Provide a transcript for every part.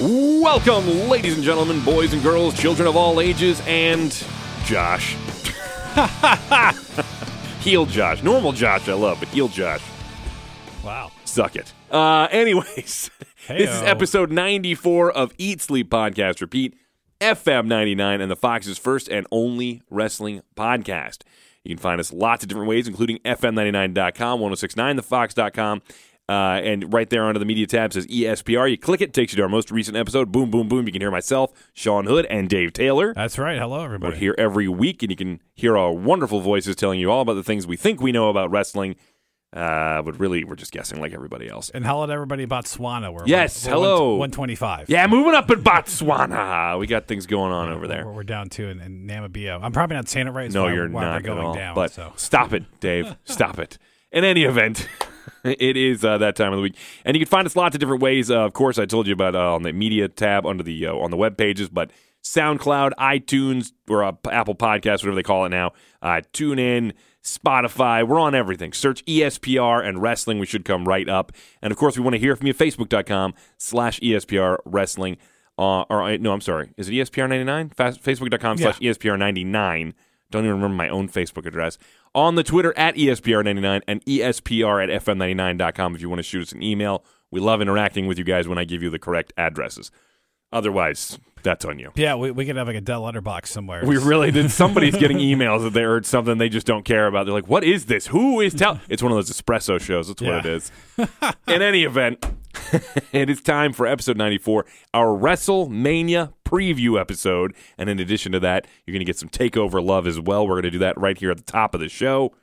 Welcome, ladies and gentlemen, boys and girls, children of all ages, and Josh. heel Josh. Normal Josh, I love, but heel Josh. Wow. Suck it. Uh, anyways, this is Heyo. episode 94 of Eat Sleep Podcast Repeat, FM 99, and the Fox's first and only wrestling podcast. You can find us lots of different ways, including FM99.com, 1069thefox.com, uh, and right there under the media tab says E ESPR. You click it, takes you to our most recent episode. Boom, boom, boom. You can hear myself, Sean Hood, and Dave Taylor. That's right. Hello, We're everybody. here every week, and you can hear our wonderful voices telling you all about the things we think we know about wrestling, uh, but really we're just guessing like everybody else. And hello to everybody about Swana. We're Yes, we're hello. 125. Yeah, moving up in Botswana. We got things going on over We're, there. we're down to in, in Namibia. I'm probably not saying it right. It's No, why- you're why not We're going at all. down. but so. stop it, Dave. stop it. In any event, it is uh, that time of the week, and you can find us lots of different ways. Uh, of course, I told you about uh, on the media tab under the uh, on the web pages, but SoundCloud, iTunes, or uh, Apple Podcasts, whatever they call it now. Uh, tune in. Spotify, we're on everything. Search E ESPR and wrestling. We should come right up. And of course, we want to hear from you. Facebook.com slash E ESPR wrestling. Uh, or, uh, no, I'm sorry. Is it ESPR 99? Fast, Facebook.com slash E ESPR 99. Don't even remember my own Facebook address. On the Twitter at E ESPR99 and E ESPR at FM99.com if you want to shoot us an email. We love interacting with you guys when I give you the correct addresses. Otherwise, that's on you. yeah, we, we could have like a Dell letterbox somewhere. We really did. Somebody's getting emails that they heard something they just don't care about. They're like, what is this? Who is telling? It's one of those espresso shows. That's what Yeah. it is. In any event, it is time for episode 94, our WrestleMania preview episode. And in addition to that, you're going to get some takeover love as well. We're going to do that right here at the top of the show.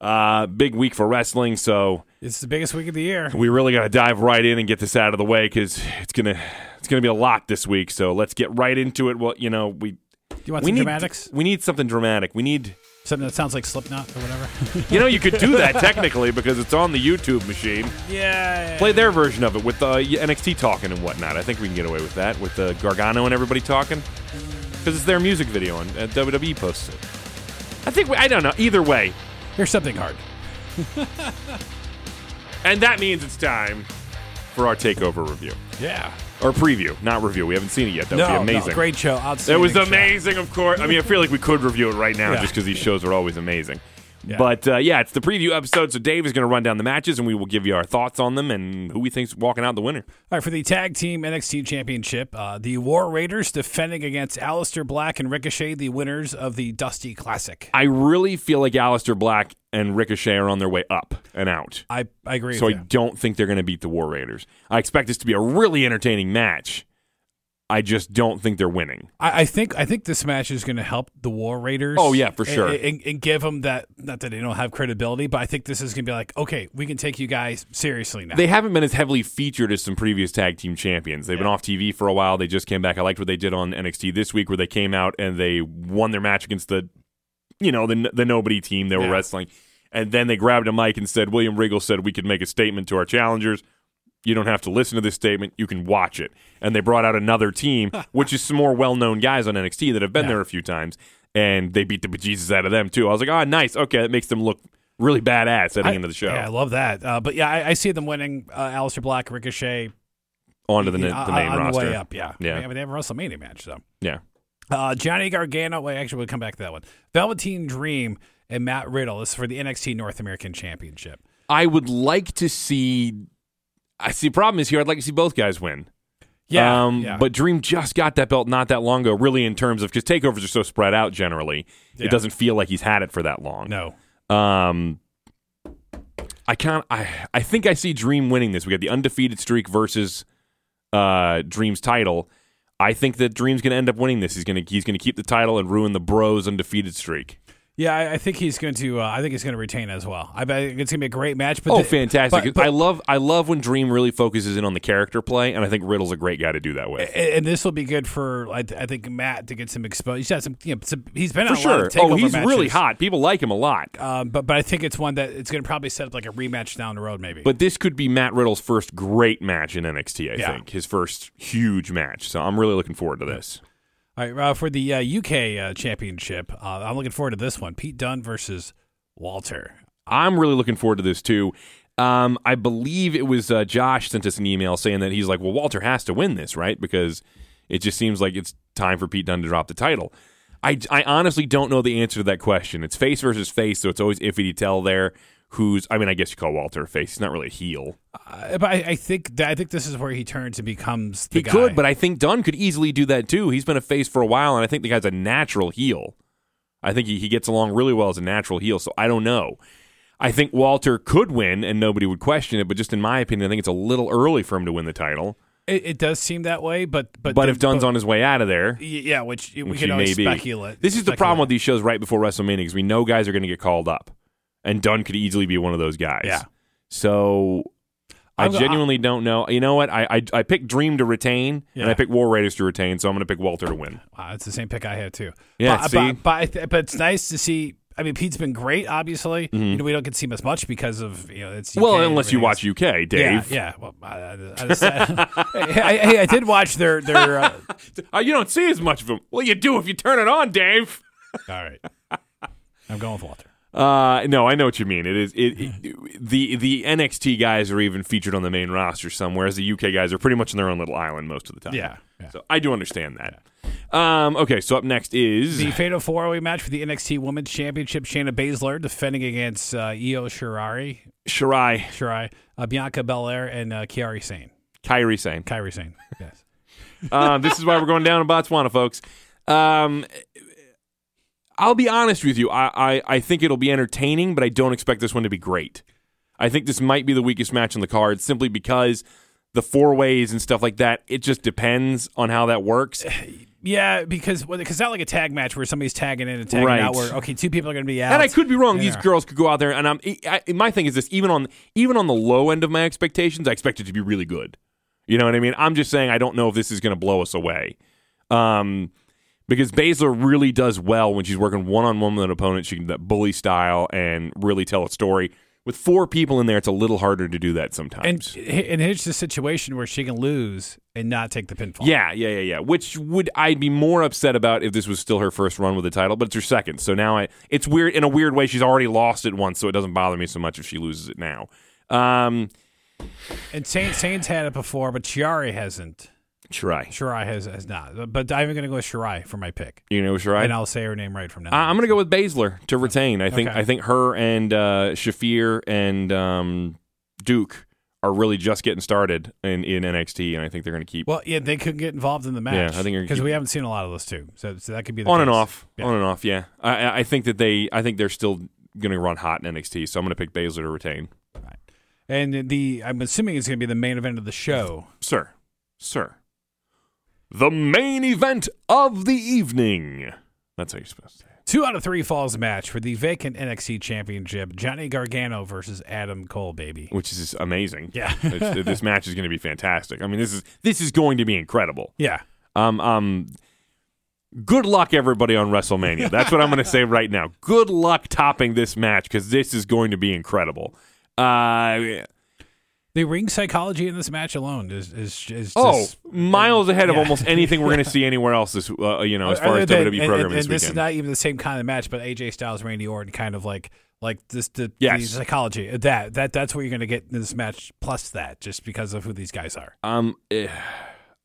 Uh, big week for wrestling, so It's the biggest week of the year. we really got to dive right in and get this out of the way because it's gonna it's gonna be a lot this week. So let's get right into it. Well, you know we Do you want we some need dramatics? we need something dramatic. We need Something that sounds like Slipknot or whatever. you know you could do that technically because it's on the YouTube machine. yeah. Play their version of it with uh, NXT talking and whatnot. I think we can get away with that with uh, Gargano and everybody talking because it's their music video and uh, WWE posts it. I think we, I don't know either way, Here's something hard. and that means it's time for our takeover review Yeah. or preview, not review. We haven't seen it yet. That no, would be amazing. no, great show. It Outstanding was show. amazing, of course. I mean, I feel like we could review it right now Yeah. just because these shows are always amazing. Yeah. But uh, yeah, it's the preview episode. So Dave is going to run down the matches, and we will give you our thoughts on them and who we think's walking out the winner. All right, for the tag team NXT championship, uh, the War Raiders defending against Aleister Black and Ricochet, the winners of the Dusty Classic. I really feel like Aleister Black and Ricochet are on their way up and out. I, I agree So I with you. don't think they're going to beat the War Raiders. I expect this to be a really entertaining match. I just don't think they're winning. I, I think I think this match is going to help the War Raiders. Oh, yeah, for and- sure. and, and give them that. Not that they don't have credibility, but I think this is going to be like, okay, we can take you guys seriously now. They haven't been as heavily featured as some previous tag team champions. They've been off TV for a while. They just came back. I liked what they did on NXT this week, where they came out and they won their match against the, you know, the the nobody team they were Yeah. wrestling, and then they grabbed a mic and said, "William Regal said we could make a statement to our challengers. You don't have to listen to this statement. You can watch it." And they brought out another team, which is some more well known guys on NXT that have been Yeah. there a few times, and they beat the bejesus out of them too. I was like, "Oh, nice. Okay, that makes them look." Really badass heading I- into the show. Yeah, I love that. Uh, but yeah, I, I see them winning. Uh, Aleister Black, Ricochet, Onto the, you the know, on- main on the roster. way up. Yeah, Yeah. I mean, they have a WrestleMania match though. Yeah. Uh, Johnny Gargano. Wait, actually, we'll come back to that one. Velveteen Dream and Matt Riddle. This is for the NXT North American Championship. I would like to see. I see. Problem is here. I'd like to see both guys win. Yeah, Um, yeah. But Dream just got that belt not that long ago. Really, in terms of because takeovers are so spread out. Generally, Yeah. it doesn't feel like he's had it for that long. no, Um, I can't. I I think I see Dream winning this. We got the undefeated streak versus uh, Dream's title. I think that Dream's going to end up winning this. He's going to he's going to keep the title and ruin the Bros undefeated streak. Yeah, I, I think he's going to. Uh, I think he's going to retain as well. I bet it's going to be a great match. But oh, the- fantastic! but- but- I love I love when Dream really focuses in on the character play, and I think Riddle's a great guy to do that with. and, and this will be good for I, I think Matt to get some exposure. He's had some. You know, some he's been For on a lot sure. of Oh, takeover he's really matches. hot. People like him a lot. Um, but but I think it's one that it's going to probably set up like a rematch down the road, maybe. But this could be Matt Riddle's first great match in NXT. I Yeah. think his first huge match. So I'm really looking forward to this. All right, uh, for the uh, UK uh, championship, uh, I'm looking forward to this one: Pete Dunne versus Walter. I'm really looking forward to this too. Um, I believe it was uh, Josh sent us an email saying that he's like, well, Walter has to win this, right? Because it just seems like it's time for Pete Dunne to drop the title. I, I honestly don't know the answer to that question. It's face versus face, so it's always iffy to tell there who's. I mean, I guess you call Walter a face. He's not really a heel. Uh, but I, I think that, I think this is where he turns and becomes the He guy. could, but I think Dunn could easily do that too. He's been a face for a while, and I think the guy's a natural heel. I think he, he gets along really well as a natural heel, so I don't know. I think Walter could win, and nobody would question it, but just in my opinion, I think it's a little early for him to win the title. it, it does seem that way. But but But, if Dunn's on his way out of there, yeah, which, we which can he always may be. speculate. This is the speculate. problem with these shows right before WrestleMania, because we know guys are going to get called up, and Dunn could easily be one of those guys. Yeah. So I I'm go- I- genuinely don't know. You know what? I I, I picked Dream to retain, and Yeah. I picked War Raiders to retain, so I'm going to pick Walter to win. Wow, it's the same pick I had too. Yeah, but, see? but, but, I th- but it's nice to see. I mean, Pete's been great. Obviously, you know, we don't get to see him as much because of you know it's Mm-hmm. UK Well, and unless you everything. watch UK, Yeah, Dave. yeah. Well, I, I- I just- I- I- I- I did watch their their. Uh, Uh, you don't see as much of him. Well, you do if you turn it on, Dave. all right, I'm going with Walter. Uh, no, I know what you mean. It is it, it- the the NXT guys are even featured on the main roster somewhere, as the UK guys are pretty much on their own little island most of the time. Yeah, yeah. So I do understand that. Um, okay, so up next is The fatal four way match for the NXT Women's Championship: Shayna Baszler defending against uh, Io Shirai, Shirai Shirai, uh, Bianca Belair, and uh, Kiari Sane. Kyrie saying. Kairi Sane. Yes. uh, this is why we're going down to Botswana, folks. Um, I'll be honest with you. I, I, I think it'll be entertaining, but I don't expect this one to be great. I think this might be the weakest match on the card simply because the four ways and stuff like that, it just depends on how that works. Yeah, because well, 'cause it's not like a tag match where somebody's tagging in and tagging Right. out. Where okay, two people are going to be out. And I could be wrong. These Yeah. girls could go out there, and I'm. e, I, I- my thing is this: even on even on the low end of my expectations, I expect it to be really good. You know what I mean? I'm just saying I don't know if this is going to blow us away, um, because Baszler really does well when she's working one on one with an opponent. She can do that bully style and really tell a story. With four people in there, it's a little harder to do that and sometimes. and here's the situation where she can lose and not take the pinfall. yeah, yeah, yeah, yeah. Which would I be more upset about if this was still her first run with the title? But it's her second, so now I it's weird in a weird way. She's already lost it once, so it doesn't bother me so much if she loses it now. Um, And Sane, Sane's had it before, but Chiari hasn't. Shirai, Shirai has has not. But- But I'm going to go with Shirai for my pick, you know Shirai. and I'll say her name right from now. I- I'm going to go with Baszler to retain. I think Okay. I think her and uh, Shafir and um, Duke are really just getting started in, in NXT, and I think they're going to keep well, yeah, they could get involved in the match. I think you're- because we haven't seen a lot of those two, so, so that could be the on and case. off, Yeah. on and off. Yeah, I, I- I think that they, I think they're still going to run hot in NXT. So I'm going to pick Baszler to retain. And the I'm assuming it's going to be the main event of the show. Sir, sir, the main event of the evening. That's how you're supposed to say. it. Two out of three falls match for the vacant NXT Championship: Johnny Gargano versus Adam Cole, baby. Which is amazing. Yeah. It's- this match is going to be fantastic. I mean, this is this is going to be incredible. Yeah, Um, um, good luck, everybody, on WrestleMania. That's what I'm going to say right now. Good luck topping this match because this is going to be incredible. Uh, the ring psychology in this match alone is is, is oh, just miles ahead of yeah. almost anything we're going to see anywhere else. This, uh, you know, as far Other as than- WWE and- programming this and, and weekend. this is not even the same kind of match, but AJ Styles, Randy Orton, kind of like like this the, Yes. the psychology of that that that's what you're going to get in this match plus that just because of who these guys are. Um, eh,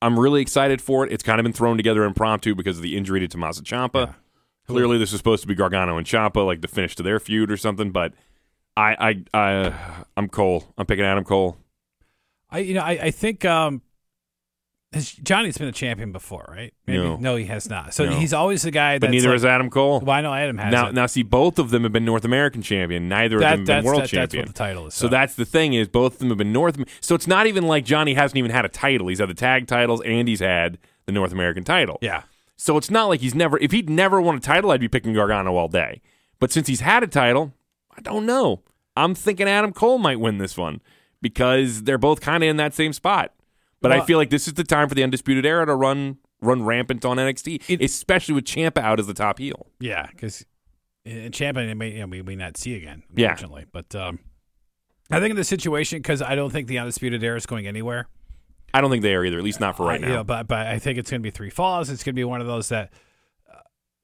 I'm really excited for it. It's kind of been thrown together impromptu because of the injury to Tommaso Ciampa. Clearly, this was supposed to be Gargano and Ciampa, like the finish to their feud or something. But I, I, I, I'm Cole. I'm picking Adam Cole. I you know I, I think um has- Johnny's been a champion before, right? No. he has not. So No. he's always the guy. But that's neither like, is Adam Cole. Well, I know Adam has now, it. now, see, both of them have been North American champion. Neither of them That- have that's been world that- that's champion. what the uh, title is. so that's the thing is, both of them have been North. Am- So it's not even like Johnny hasn't even had a title. He's had the tag titles and he's had the North American title. yeah. So it's not like he's never. If he'd never won a title, I'd be picking Gargano all day. But since he's had a title, I don't know. I'm thinking Adam Cole might win this one because they're both kind of in that same spot. But I Well- feel like this is the time for the undisputed era to run run rampant on NXT, especially with Champa out as the top heel. Yeah, because in champion, it may, you know, we may not see again, Yeah. unfortunately. But um, I think in this situation, because I don't think the Undisputed Era is going anywhere. I don't think they are either, at least not for right I- now. you know, but, but I think it's going to be three falls. It's going to be one of those that uh,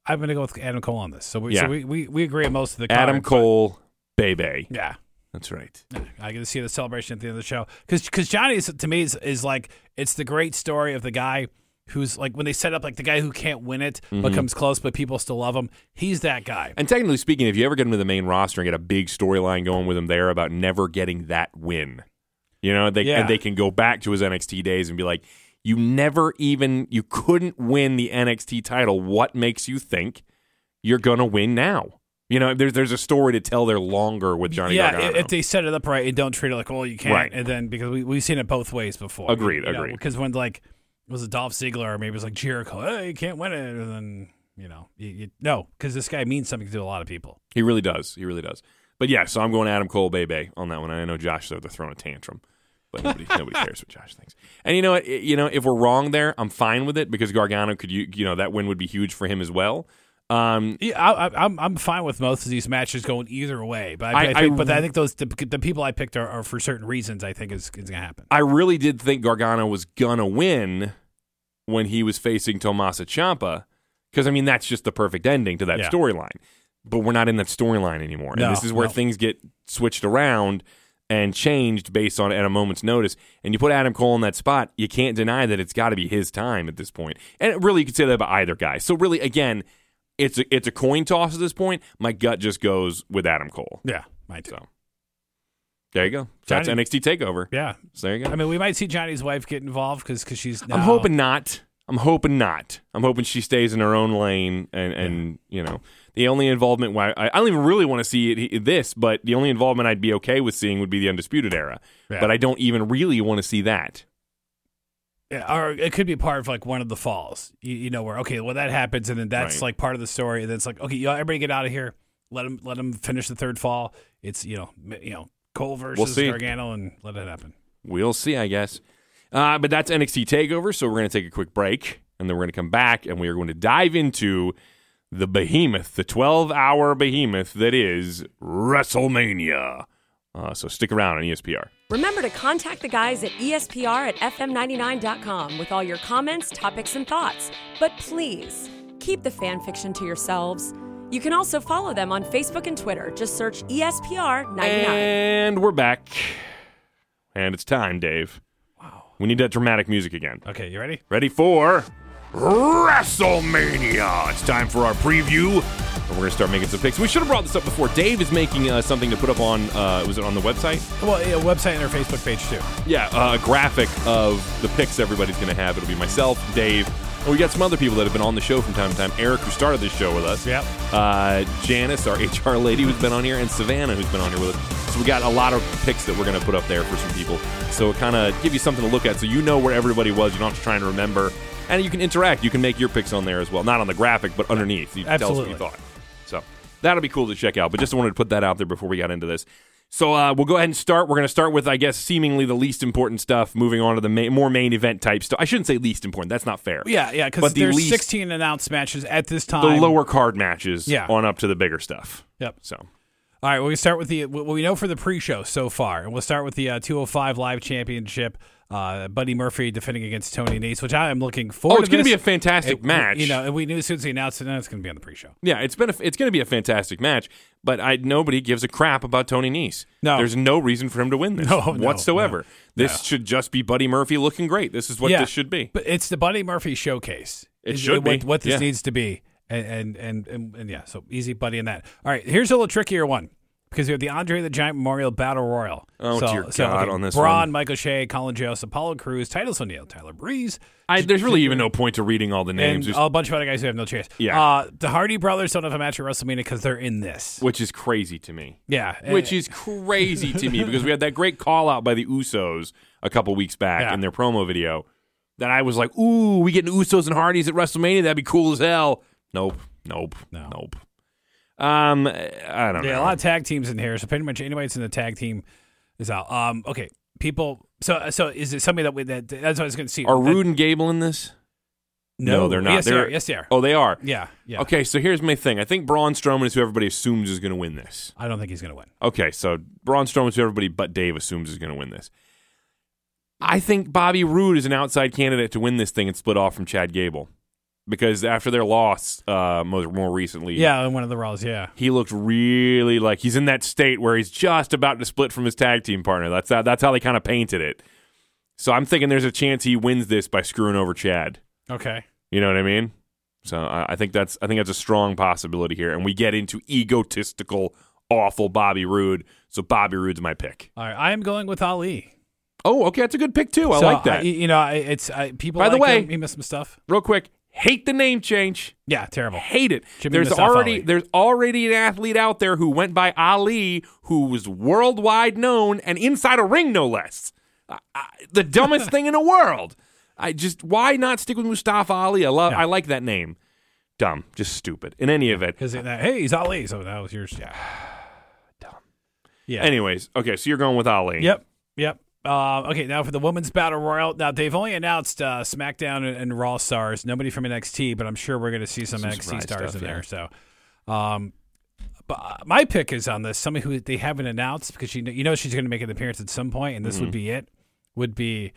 I'm going to go with Adam Cole on this. So we, Yeah. so we, we, we agree on most of the card, Adam but- Cole, Bebe. Yeah. That's right. I get to see the celebration at the end of the show because Johnny is, to me is, is like it's the great story of the guy who's like when they set up like the guy who can't win it Mm-hmm. but comes close but people still love him. He's that guy. And technically speaking, if you ever get him to the main roster and get a big storyline going with him there about never getting that win, you know, they Yeah. and they can go back to his NXT days and be like, you never even you couldn't win the NXT title. What makes you think you're gonna win now? You know, there's there's a story to tell there longer with Johnny yeah, i- Gargano. if they set it up right and don't treat it like oh you can't, Right. and then because we we've seen it both ways before. Agreed, agreed. Because when like it was a Dolph Ziggler or maybe it was like Jericho, hey, you can't win it, and then you know you, you, no because this guy means something to a lot of people. He really does. He really does. But yeah, so I'm going Adam Cole Bebe on that one. I know Josh though, they're throwing a tantrum. But nobody, nobody cares what Josh thinks. And you know what? You know, if we're wrong there, I'm fine with it because Gargano could you you know, that win would be huge for him as well. Um Yeah, I, I, I'm I'm fine with most of these matches going either way, but I, I- I think, I- but I think those the, the people I picked are, are for certain reasons. I think is, is gonna happen. I really did think Gargano was gonna win when he was facing Tomasa Ciampa. Because I mean that's just the perfect ending to that Yeah. storyline. But we're not in that storyline anymore. No, and this is where no. things get switched around and changed based on at a moment's notice. And you put Adam Cole in that spot, you can't deny that it's got to be his time at this point. And really, you could say that about either guy. So really, again, it's a, it's a coin toss at this point. My gut just goes with Adam Cole. Yeah, might do. So there you go. That's Johnny- NXT Takeover. Yeah, So there you go. I mean, we might see Johnny's wife get involved because she's. Now, I'm hoping not. I'm hoping not. I'm hoping she stays in her own lane and, and you know the only involvement why I, I don't even really want to see it, this, but the only involvement I'd be okay with seeing would be the Undisputed Era. Yeah. But I don't even really want to see that. Yeah, or it could be part of like one of the falls. You, you know where okay, well that happens, and then that's Right. like part of the story, and then it's like okay, y'all, everybody get out of here. Let him let him finish the third fall. It's you know m- you know Cole versus see. Gargano, and let it happen. We'll see, I guess. Uh, but that's NXT Takeover. So we're going to take a quick break, and then we're going to come back, and we are going to dive into the behemoth, the 12-hour behemoth that is WrestleMania. Uh, so stick around on ESPR. Remember to contact the guys at E ESPR at FM99.com with all your comments, topics, and thoughts. But please, keep the fan fiction to yourselves. You can also follow them on Facebook and Twitter. Just search E ESPR99. And we're back. And it's time, Dave. Wow. We need that dramatic music again. Okay, you ready? Ready for WrestleMania. It's time for our preview. And we're going to start making some picks. We should have brought this up before. Dave is making uh, something to put up on, uh, was it on the website? Well, yeah, website and our Facebook page too. Yeah, uh, a graphic of the picks everybody's going to have. It'll be myself, Dave. and we got some other people that have been on the show from time to time. Eric, who started this show with us. Yep. Uh, Janice, our HR lady, who's been on here, and Savannah, who's been on here with us. So we got a lot of picks that we're going to put up there for some people. So it kind of give you something to look at, so you know where everybody was. You don't have to try and remember, and you can interact. You can make your picks on there as well, not on the graphic, but underneath. You can tell us what you Absolutely. thought. So that'll be cool to check out. But just wanted to put that out there before we got into this. So uh, we'll go ahead and start. We're going to start with, I guess, seemingly the least important stuff. Moving on to the ma- more main event type stuff. I shouldn't say least important. That's not fair. Yeah, yeah, because But the there's least- 16 announced matches at this the time. lower card matches. Yeah. on up to the bigger stuff. Yep. So All right, well, we start with the what we know for the pre-show so far, and we'll start with the uh, 205 Live Championship. Uh, Buddy Murphy defending against Tony Nese, which I am looking forward. oh, it's to going to this. be a fantastic It- match. You know, and we knew as soon as he announced it, no, it's going to be on the pre-show. yeah, it's been a, it's going to be a fantastic match. But I nobody gives a crap about Tony Nese. No. there's no reason for him to win this No, no, whatsoever. no. This should just be Buddy Murphy looking great. This is what this should be. But it's the Buddy Murphy showcase. It Is- should what, be, What this yeah. needs to be, and and, and and and yeah, so easy Buddy in that. All right, here's a little trickier one because we have the Andre the Giant Memorial Battle Royal. Oh, so, dear so, God, okay, on this Braun, one. Michael Shea, Colin Jost, Apollo Cruz, Titus O'Neil, Tyler Breeze, I, there's really even no point to reading all the names. and Just a bunch of other guys who have no chance. Yeah. Uh, the Hardy brothers don't have a match at WrestleMania because they're in this. which is crazy to me. Yeah. and- Which is crazy to me because we had that great call out by the Usos a couple weeks back Yeah. in their promo video that I was like, ooh, we getting Usos and Hardys at WrestleMania. That'd be cool as hell. Nope. Nope. No. Nope. Um, I don't yeah, know. a lot of tag teams in here. So pretty much anybody that's in the tag team is out. Um, okay, people. So so is it somebody that we that that's what I was going to see? Are That- Rude and Gable in this? No, they're not. Yes, They're- are. Yes, they are. Oh, they are. Yeah, yeah. Okay, so here's my thing. I think Braun Strowman is who everybody assumes is going to win this. I don't think he's going to win. Okay, so Braun Strowman's who everybody but Dave assumes is going to win this. I think Bobby Roode is an outside candidate to win this thing and split off from Chad Gable because after their loss, uh, more, more recently, Yeah, in one of the Raws. Yeah. he looked really like he's in that state where he's just about to split from his tag team partner. That's how, that's how they kind of painted it. So I'm thinking there's a chance he wins this by screwing over Chad. Okay. You know what I mean? So I, I think that's I think that's a strong possibility here, and we get into egotistical, awful Bobby Roode. So Bobby Roode's my pick. All right. I am going with Ali. Oh, okay, that's a good pick too. I So, like that. I- you know, I, it's I, people. By the like way- him. he missed some stuff. Real quick, hate the name change. Yeah, terrible. Hate it. Should be there's Mustafa already Ali. there's already an athlete out there who went by Ali, who was worldwide known and inside a ring no less. I, I, the dumbest thing in the world. I just why not stick with Mustafa Ali? I love. I like that name. Dumb, just stupid. In any event, Because hey, he's Ali. So that was yours. Yeah. Yeah. Anyways, okay, so you're going with Ali. Yep. Yep. Uh, okay, now for the women's battle royal. Now they've only announced uh, SmackDown and, and Raw stars. Nobody from NXT, but I'm sure we're going to see some, NXT surprise stars stuff, in yeah. there. So, um, but uh, my pick is on this. Somebody who they haven't announced because you know, you know she's going to make an appearance at some point, and this would Mm-hmm. be it. Would be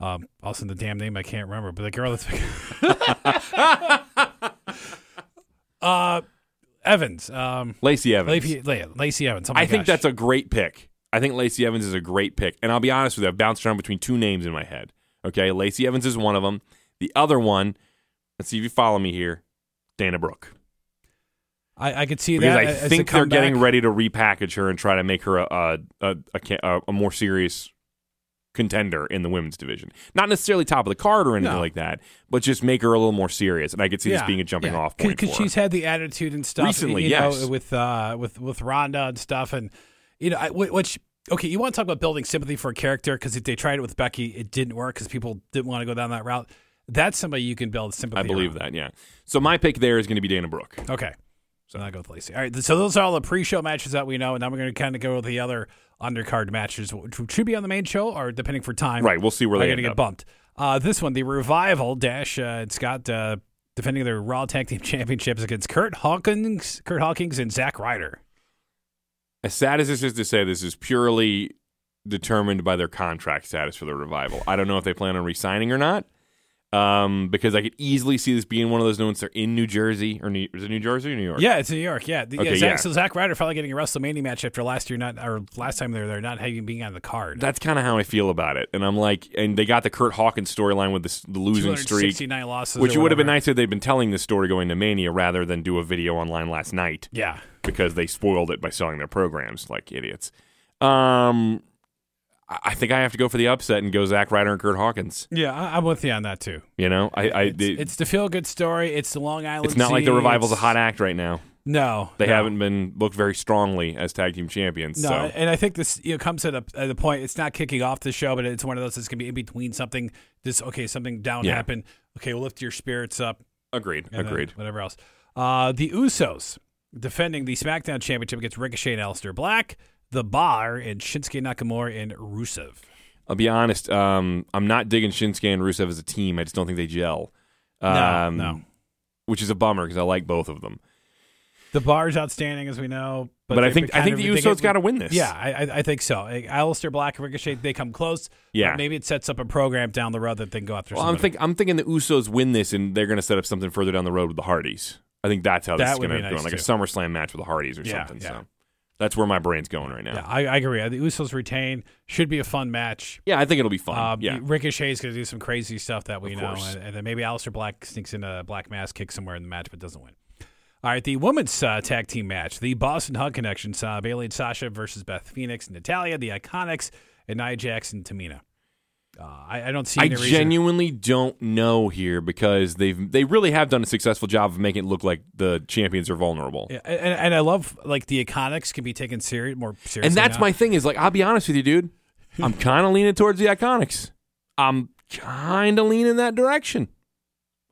um, also the damn name I can't remember, but the girl that's uh, Evans, um, Lacey Evans. Lacey, Lacey Evans. oh I think that's a great pick. I think Lacey Evans is a great pick. And I'll be honest with you, I've bounced around between two names in my head. Okay, Lacey Evans is one of them. The other one, let's see if you follow me here, Dana Brooke. I, I could see Because that. I as a think they're comeback. getting ready to repackage her and try to make her a a, a, ca- a, a more serious contender in the women's division. Not necessarily top of the card or anything No. like that, but just make her a little more serious. And I could see this being a jumping off point. because for her. she's had the attitude and stuff Recently, you know, yes. with uh, with with Rhonda and stuff, and you know, I, wh- which okay, you want to talk about building sympathy for a character because they tried it with Becky, it didn't work because people didn't want to go down that route. That's somebody you can build sympathy. I believe that, yeah. So my pick there is going to be Dana Brooke. that. Okay, so I go with Lacey. All right, th- so those are all the pre-show matches that we know, and now we're going to kind of go with the other undercard matches, which should be on the main show or depending for time. Right, we'll see where are they going to end get up. bumped. Uh, this one, the revival dash uh, and Scott uh, defending their Raw Tag Team Championships against Kurt Hawkins, Kurt Hawkins and Zack Ryder. As sad as this is to say, this is purely determined by their contract status for the revival. I don't know if they plan on re-signing or not, um, because I could easily see this being one of those ones. They're in New Jersey or New, is it New Jersey or New York? Yeah, it's New York. Yeah, The- yeah, Okay, Zack- yeah. So Zack Ryder finally getting a WrestleMania match after last year, not or last time they were there, not having being on the card. that's kind of how I feel about it. And I'm like, and they got the Kurt Hawkins storyline with this, the losing streak, 269 losses, which or would have been whatever. nice if they'd been telling this story going to Mania rather than do a video online last night. Yeah, because they spoiled it by selling their programs like idiots. Um, I I think I have to go for the upset and go Zach Ryder and Kurt Hawkins. yeah, I- I'm with you on that too. You know, I, I It's, the- it's, it's the feel good story. It's the Long Island. not like the scene, revival's a it's- hot act right now. No, They no. haven't been booked very strongly as tag team champions. No, so and I think this you know, comes at a, at a point. It's not kicking off the show, but it's one of those that's going to be in between something. This okay, something down Yeah. happened. Okay, we'll lift your spirits up. agreed, and then agreed. Whatever else. Uh, the Usos defending the SmackDown Championship against Ricochet and Aleister Black, The Bar, and Shinsuke Nakamura and Rusev. I'll be honest. Um, I'm not digging Shinsuke and Rusev as a team. I just don't think they gel. Um, no, no. which is a bummer because I like both of them. The Bar's outstanding as we know, but, But, I they've think kind I think of- the they get- Usos got to win this. Yeah, I, I, I think so. Like, Aleister Black and Ricochet, they come close. Yeah. but Maybe it sets up a program down the road that they can go after. Well, I'm, somebody. think, I'm thinking the Usos win this, and they're going to set up something further down the road with the Hardys. I think that's how this That is would going to be go, nice, like a too. SummerSlam match with the Hardys or Yeah, something. yeah. So that's where my brain's going right now. Yeah, Yeah, I, I agree. Uh, The Usos retain. Should be a fun match. I think it'll be fun. Uh, yeah, Ricochet's going to do some crazy stuff that we Of know. course. And, and then maybe Aleister Black sneaks in a black mask kick somewhere in the match but doesn't win. All right, the women's uh, tag team match. The Boston Hug Connection saw Bailey and Sasha versus Beth Phoenix and Natalia, the Iconics, and Nia Jackson, Tamina. Uh, I, I don't see I any reason. genuinely don't know here because they've they really have done a successful job of making it look like the champions are vulnerable. Yeah, and, and I love like the Iconics can be taken serious, more seriously. and that's now. my thing is like I'll be honest with you, dude. I'm kind of leaning towards the Iconics. I'm kind of leaning that direction.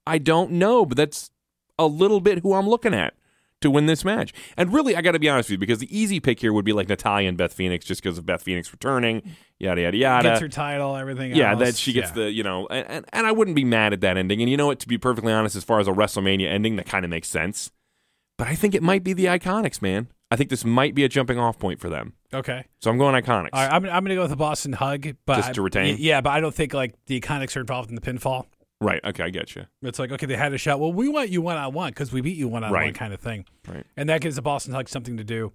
I don't know, but that's a little bit who I'm looking at to win this match. And really, I got to be honest with you because the easy pick here would be like Natalia and Beth Phoenix, just because of Beth Phoenix returning, yada yada yada. gets her title, everything. uh, yeah, else. that she gets Yeah. the you know, and, and and I wouldn't be mad at that ending. And you know what? To be perfectly honest, as far as a WrestleMania ending, that kind of makes sense. But I think it might be the Iconics, man. I think this might be a jumping off point for them. okay. So I'm going Iconics. All right, I'm, I'm going to go with the Boston Hug, but Just I- to retain? y- yeah, but I don't think like the Iconics are involved in the pinfall. Right. Okay, I get you. It's like, okay, they had a shot. Well, we want you one on one because we beat you one on one Right. kind of thing. Right. And that gives the Boston Hug something to do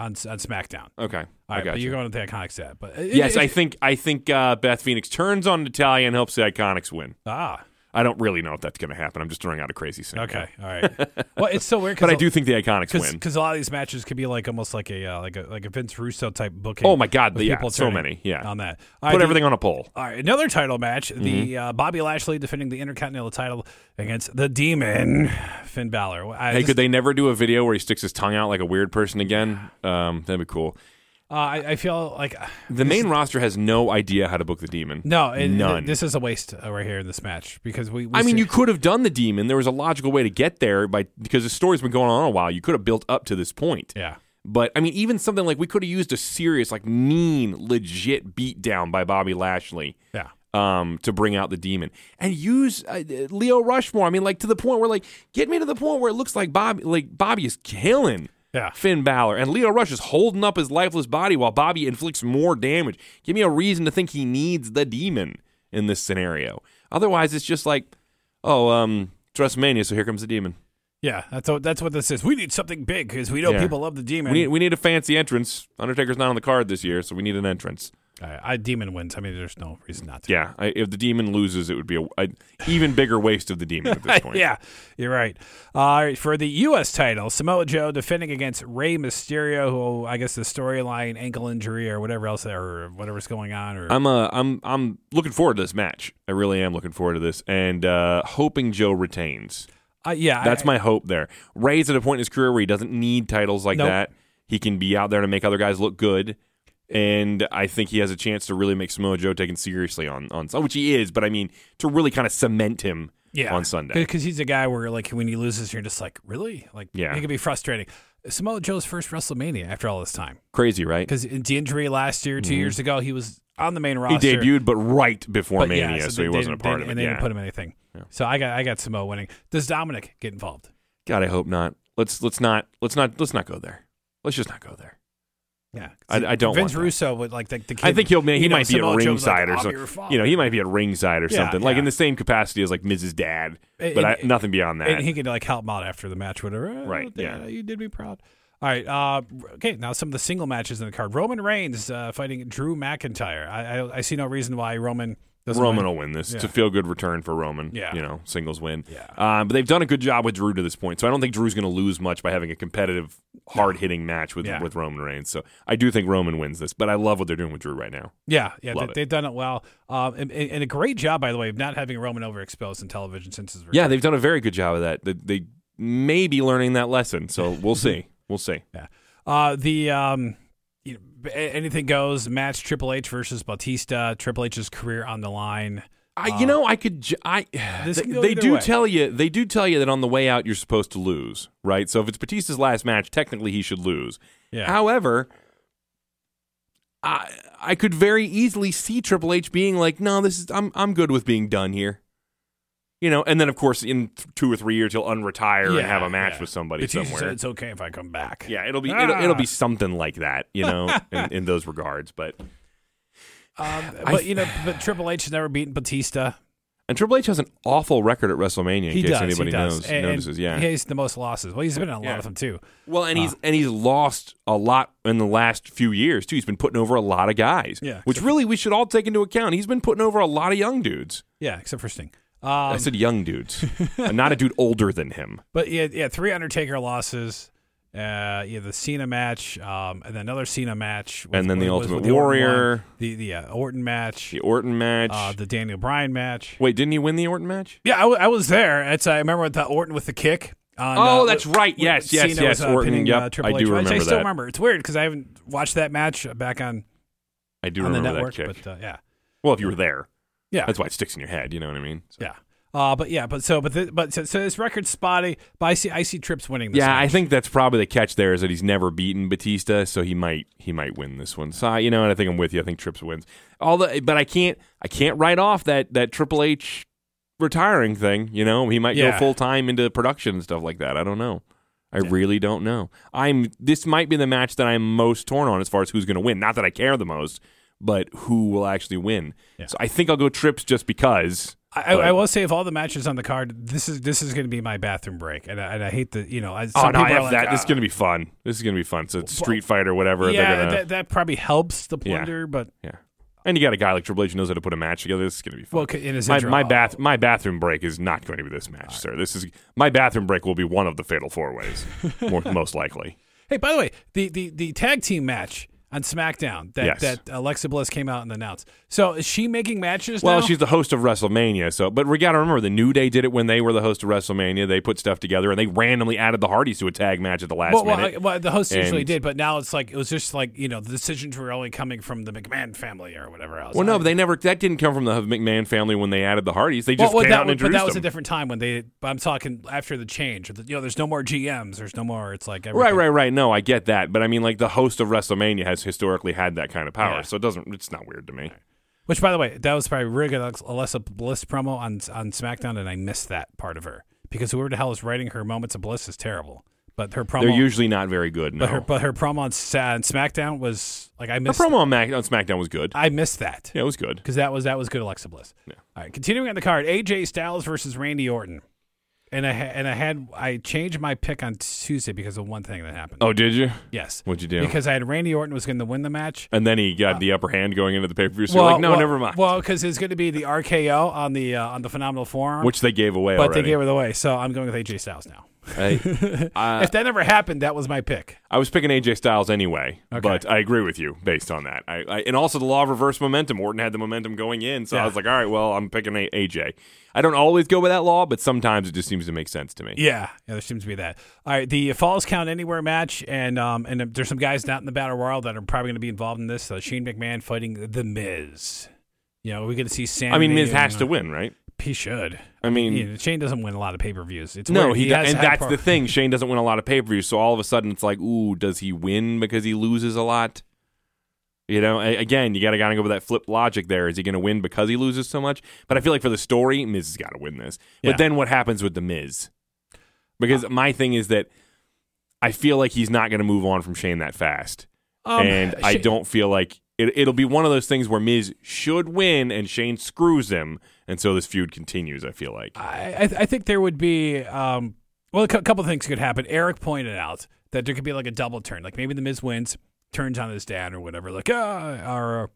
on, on SmackDown. Okay. All I right, got but you. you're going to the Iconics set. But it- yes, it- I think I think uh, Beth Phoenix turns on Natalia and helps the Iconics win. ah, I don't really know if that's going to happen. I'm just throwing out a crazy scenario. okay, all right. Well, it's so weird But I because do think the Iconics win. because a lot of these matches could be like almost like a uh, like a like a Vince Russo type booking. Oh my God, with yeah, people so turning many, yeah. on that. All right, Put the- everything on a poll. All right, another title match. The Mm-hmm. uh, Bobby Lashley defending the Intercontinental title against the Demon Finn Balor. I Hey, just- could they never do a video where he sticks his tongue out like a weird person again? Um, that'd be cool. uh, I, I feel like uh, The main roster has no idea how to book the demon. no, it, None. This is a waste uh, right here in this match because we. we I mean, see- you could have done the demon. There was a logical way to get there by because the story's been going on a while. You could have built up to this point. yeah. But I mean, even something like we could have used a serious, like mean, legit beatdown by Bobby Lashley. Yeah. Um, to bring out the demon and use uh, Leo Rushmore. I mean, like to the point where, like, get me to the point where it looks like Bobby, like Bobby is killing Yeah. Finn Balor, and Leo Rush is holding up his lifeless body while Bobby inflicts more damage. Give me a reason to think he needs the demon in this scenario. Otherwise, it's just like, oh, um, it's WrestleMania, so here comes the demon. Yeah, that's what that's what this is. We need something big because we know Yeah. people love the demon. We need, we need a fancy entrance. Undertaker's not on the card this year, so we need an entrance. All right, I demon wins. I mean, there's no reason not to. Yeah, I, if the demon loses, it would be a, a even bigger waste of the demon at this point. Yeah, you're right. All right, for the U.S. title, Samoa Joe defending against Rey Mysterio, who I guess the storyline ankle injury or whatever else or whatever's going on. Or I'm uh, I'm I'm looking forward to this match. I really am looking forward to this, and uh, hoping Joe retains. Uh, yeah, I- That's my hope there. Ray's at a point in his career where he doesn't need titles like Nope. that. He can be out there to make other guys look good. And I think he has a chance to really make Samoa Joe taken seriously on, on which he is, but I mean to really kind of cement him yeah on Sunday. because he's a guy where like when he loses, you're just like really like Yeah. it can be frustrating. Samoa Joe's first WrestleMania after all this time Crazy, right? because the injury last year, 2 years ago, he was on the main Mm-hmm. He roster. debuted, but right before but Mania, yeah, so, they- he wasn't a they- part they- of it. and they yeah. didn't put him in anything. So I got I got Samoa winning. Does Dominic get involved? God, I hope not. Let's let's not let's not let's not go there. Let's just not go there. Yeah, I- I don't want Vince that. Russo would like the, the kid, I think he'll he you know, might Samoa be at Joe's ringside like, "I'll be or your something. father." You know, he might be at ringside or Yeah, something, like yeah. in the same capacity as like Mrs. Dad, And- but I, and- nothing beyond that. and he could like help him out after the match, whatever. "Oh, Right, Dad, yeah. you did me proud. All right. Uh, okay. Now some of the single matches in the card. Roman Reigns uh, fighting Drew McIntyre. I, I I see no reason why Roman doesn't. Roman win. will win this. It's Yeah. a feel good return for Roman. Yeah. You know, singles win. Yeah. Uh, but they've done a good job with Drew to this point. So I don't think Drew's going to lose much by having a competitive, hard hitting match with, Yeah. with Roman Reigns. So I do think Roman wins this. But I love what they're doing with Drew right now. Yeah, yeah, Love they, it. they've done it well, um, and, and and a great job, by the way, of not having Roman overexposed in television since his return. Yeah, they've done a very good job of that. They, they may be learning that lesson. So we'll see. We'll see. Yeah. Uh, the um, you know, b- a- anything goes match Triple H versus Bautista. Triple H's career on the line. I, you know, I could. j- I Uh, This they, can go they either do way. tell you they do tell you that on the way out you're supposed to lose, right? So if it's Batista's last match, technically he should lose. Yeah. However, I I could very easily see Triple H being like, "No, this is I'm I'm good with being done here." You know, and then of course in th- two or three years he'll unretire and have a match yeah. with somebody Batista somewhere. Said, it's okay if I come back. yeah, it'll be Ah. it'll, it'll be something like that, you know, in, in those regards. But Um, I- but you know, but Triple H has never beaten Batista. and Triple H has an awful record at WrestleMania. In He case does. anybody he does. knows And- notices, yeah. he has the most losses. Well, he's been in a lot Yeah. of them too. Well, and he's Ah. and he's lost a lot in the last few years too. He's been putting over a lot of guys, Yeah. Which really we should all take into account. He's been putting over a lot of young dudes. Yeah, except for Sting. Um, I said young dudes, and not a dude older than him. but yeah, yeah, three Undertaker losses. Uh, yeah, the Cena match, um, and then another Cena match, with- And then the with- with Ultimate the Orton one, Warrior. the the uh, Orton match, The Orton match. uh, the Daniel Bryan match. Wait, didn't he win the Orton match? Yeah, I, w- I was there. It's, I remember the Orton with the kick. On, Oh, uh, that's with- right. with Yes, yes, Cena yes. Was, uh, Orton, pinning, yep. uh, Triple I do H. Which I remember still that. remember. It's weird because I haven't watched that match back on, I do on the remember network. that kick. But uh, yeah, well, if you were there, yeah, that's why it sticks in your head. You know what I mean? So- yeah. Uh, but yeah, but so but the, but so, so this record's spotty. But I see I see Trips winning. This Yeah, I match. think that's probably the catch there is that he's never beaten Batista, so he might he might win this one. So I- you know, and I think I'm with you. I think Trips wins. Although, but I can't I can't write off that that Triple H retiring thing. You know, he might Yeah. go full time into production and stuff like that. I don't know. I really don't know. I'm this might be the match that I'm most torn on as far as who's going to win. Not that I care the most, but who will actually win. So I think I'll go Trips just because. I, But- I will say, of all the matches on the card, this is this is going to be my bathroom break, and I, and I hate the you know. I- Oh some no, I people are have like, that. This "Ah." is gonna be fun. This is gonna be fun. So it's Street Fighter, whatever. yeah, they're gonna, that, that probably helps the Yeah. plunder, but yeah. And you got a guy like Triple H who knows how to put a match together. This is gonna be fun. well, c- in his my, intro, my I'll- bath my bathroom break is not going to be this match, sir. This is my bathroom break will be one of the fatal four ways, more, most likely. Hey, by the way, the the, the tag team match on SmackDown that Yes. that Alexa Bliss came out and announced. So is she making matches? Well, now? she's the host of WrestleMania, so but we got to remember the New Day did it when they were the host of WrestleMania. They put stuff together and they randomly added the Hardys to a tag match at the last well, well, minute. I- well, the host usually And- did, but now it's like it was just like you know the decisions were only coming from the McMahon family or whatever else. well, no, I- but they never. That didn't come from the McMahon family when they added the Hardys. They Well, just well, came that out and was- but introduced that was them. a different time when they. I'm talking after the change. or the- You know, there's no more GMs. There's no more. It's like everything. Right, right, right. No, I get that, but I mean, like the host of WrestleMania has historically had that kind of power, Yeah. so it doesn't. It's not weird to me. Which, by the way, that was probably really good Alex- Alexa Bliss promo on on SmackDown, and I missed that part of her because whoever the hell is writing her moments of bliss is terrible. But her promo, They're usually not very good. No, but her but her promo on, Sa- on SmackDown was like I Her missed. promo on, Mac- on SmackDown was good. I missed that Yeah, it was good. because that was that was good Alexa Bliss. All right, continuing on the card, AJ Styles versus Randy Orton, and I ha- and I had I changed my pick on Tuesday because of one thing that happened. Oh, did you? yes, What'd you do? Because I had Randy Orton was going to win the match. and then he got the upper hand going into the pay per view. So you're like, no, never mind. Uh, Well, because it's going to be the RKO on the uh, on the phenomenal forearm, Which they gave away but already. they gave it away. So I'm going with AJ Styles now. I, I, if that never happened, that was my pick. I was picking AJ Styles anyway, Okay. but I agree with you based on that. I, I and also the law of reverse momentum. Orton had the momentum going in, so Yeah. I was like, all right, well, I'm picking a- AJ. I don't always go with that law, but sometimes it just seems to make sense to me. Yeah, yeah, there seems to be that. All right, the Falls Count Anywhere match, and um, and there's some guys out in the battle royal that are probably going to be involved in this. Uh, Shane McMahon fighting the Miz. You know, we're going to see Sam. I mean, Miz has uh, to win, right? He should. I mean, You know, Shane doesn't win a lot of pay per views. It's no, weird. he, do- has and had that's par- the thing. Shane doesn't win a lot of pay per views, so all of a sudden it's like, ooh, does he win because he loses a lot? You know, a- again, you got to gotta go with that flip logic. There is he going to win because he loses so much? But I feel like for the story, Miz has got to win this. Yeah. Uh, But then what happens with the Miz? Because my thing is that I feel like he's not going to move on from Shane that fast, Um, and I Shane- don't feel like it, it'll be one of those things where Miz should win and Shane screws him, and so this feud continues. I feel like. I, I, th- I think there would be um, well a cou- couple things could happen. Eric pointed out that there could be like a double turn, like maybe the Miz wins, turns on his dad or whatever. Like ah, or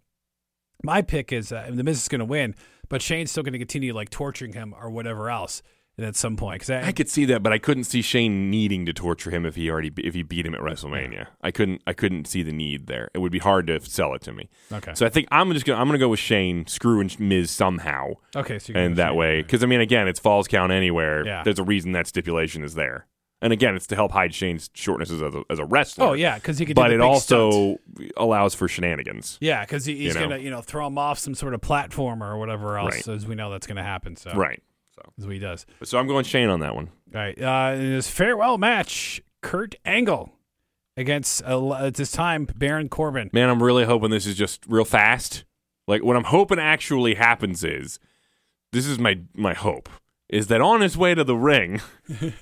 my pick is uh, the Miz is going to win, but Shane's still going to continue like torturing him or whatever else. And at some point, because I could see that, but I couldn't see Shane needing to torture him if he already if he beat him at WrestleMania. I couldn't I couldn't see the need there. It would be hard to sell it to me. okay, So I think I'm just gonna I'm gonna go with Shane, screw and Miz somehow, okay, so you're and gonna that say- way because I mean again it's falls count anywhere. Yeah. There's a reason that stipulation is there, and again it's to help hide Shane's shortnesses as a, as a wrestler. Oh yeah, because he could. but do the it big also stunt. allows for shenanigans. yeah, because he, he's you know. gonna you know throw him off some sort of platform or whatever else, as we know that's gonna happen. So Right. as we does. So I'm going Shane on that one. All right. Uh, in his farewell match, Kurt Angle against, uh, at this time, Baron Corbin. Man, I'm really hoping this is just real fast. Like what I'm hoping actually happens is this is my my hope is that on his way to the ring,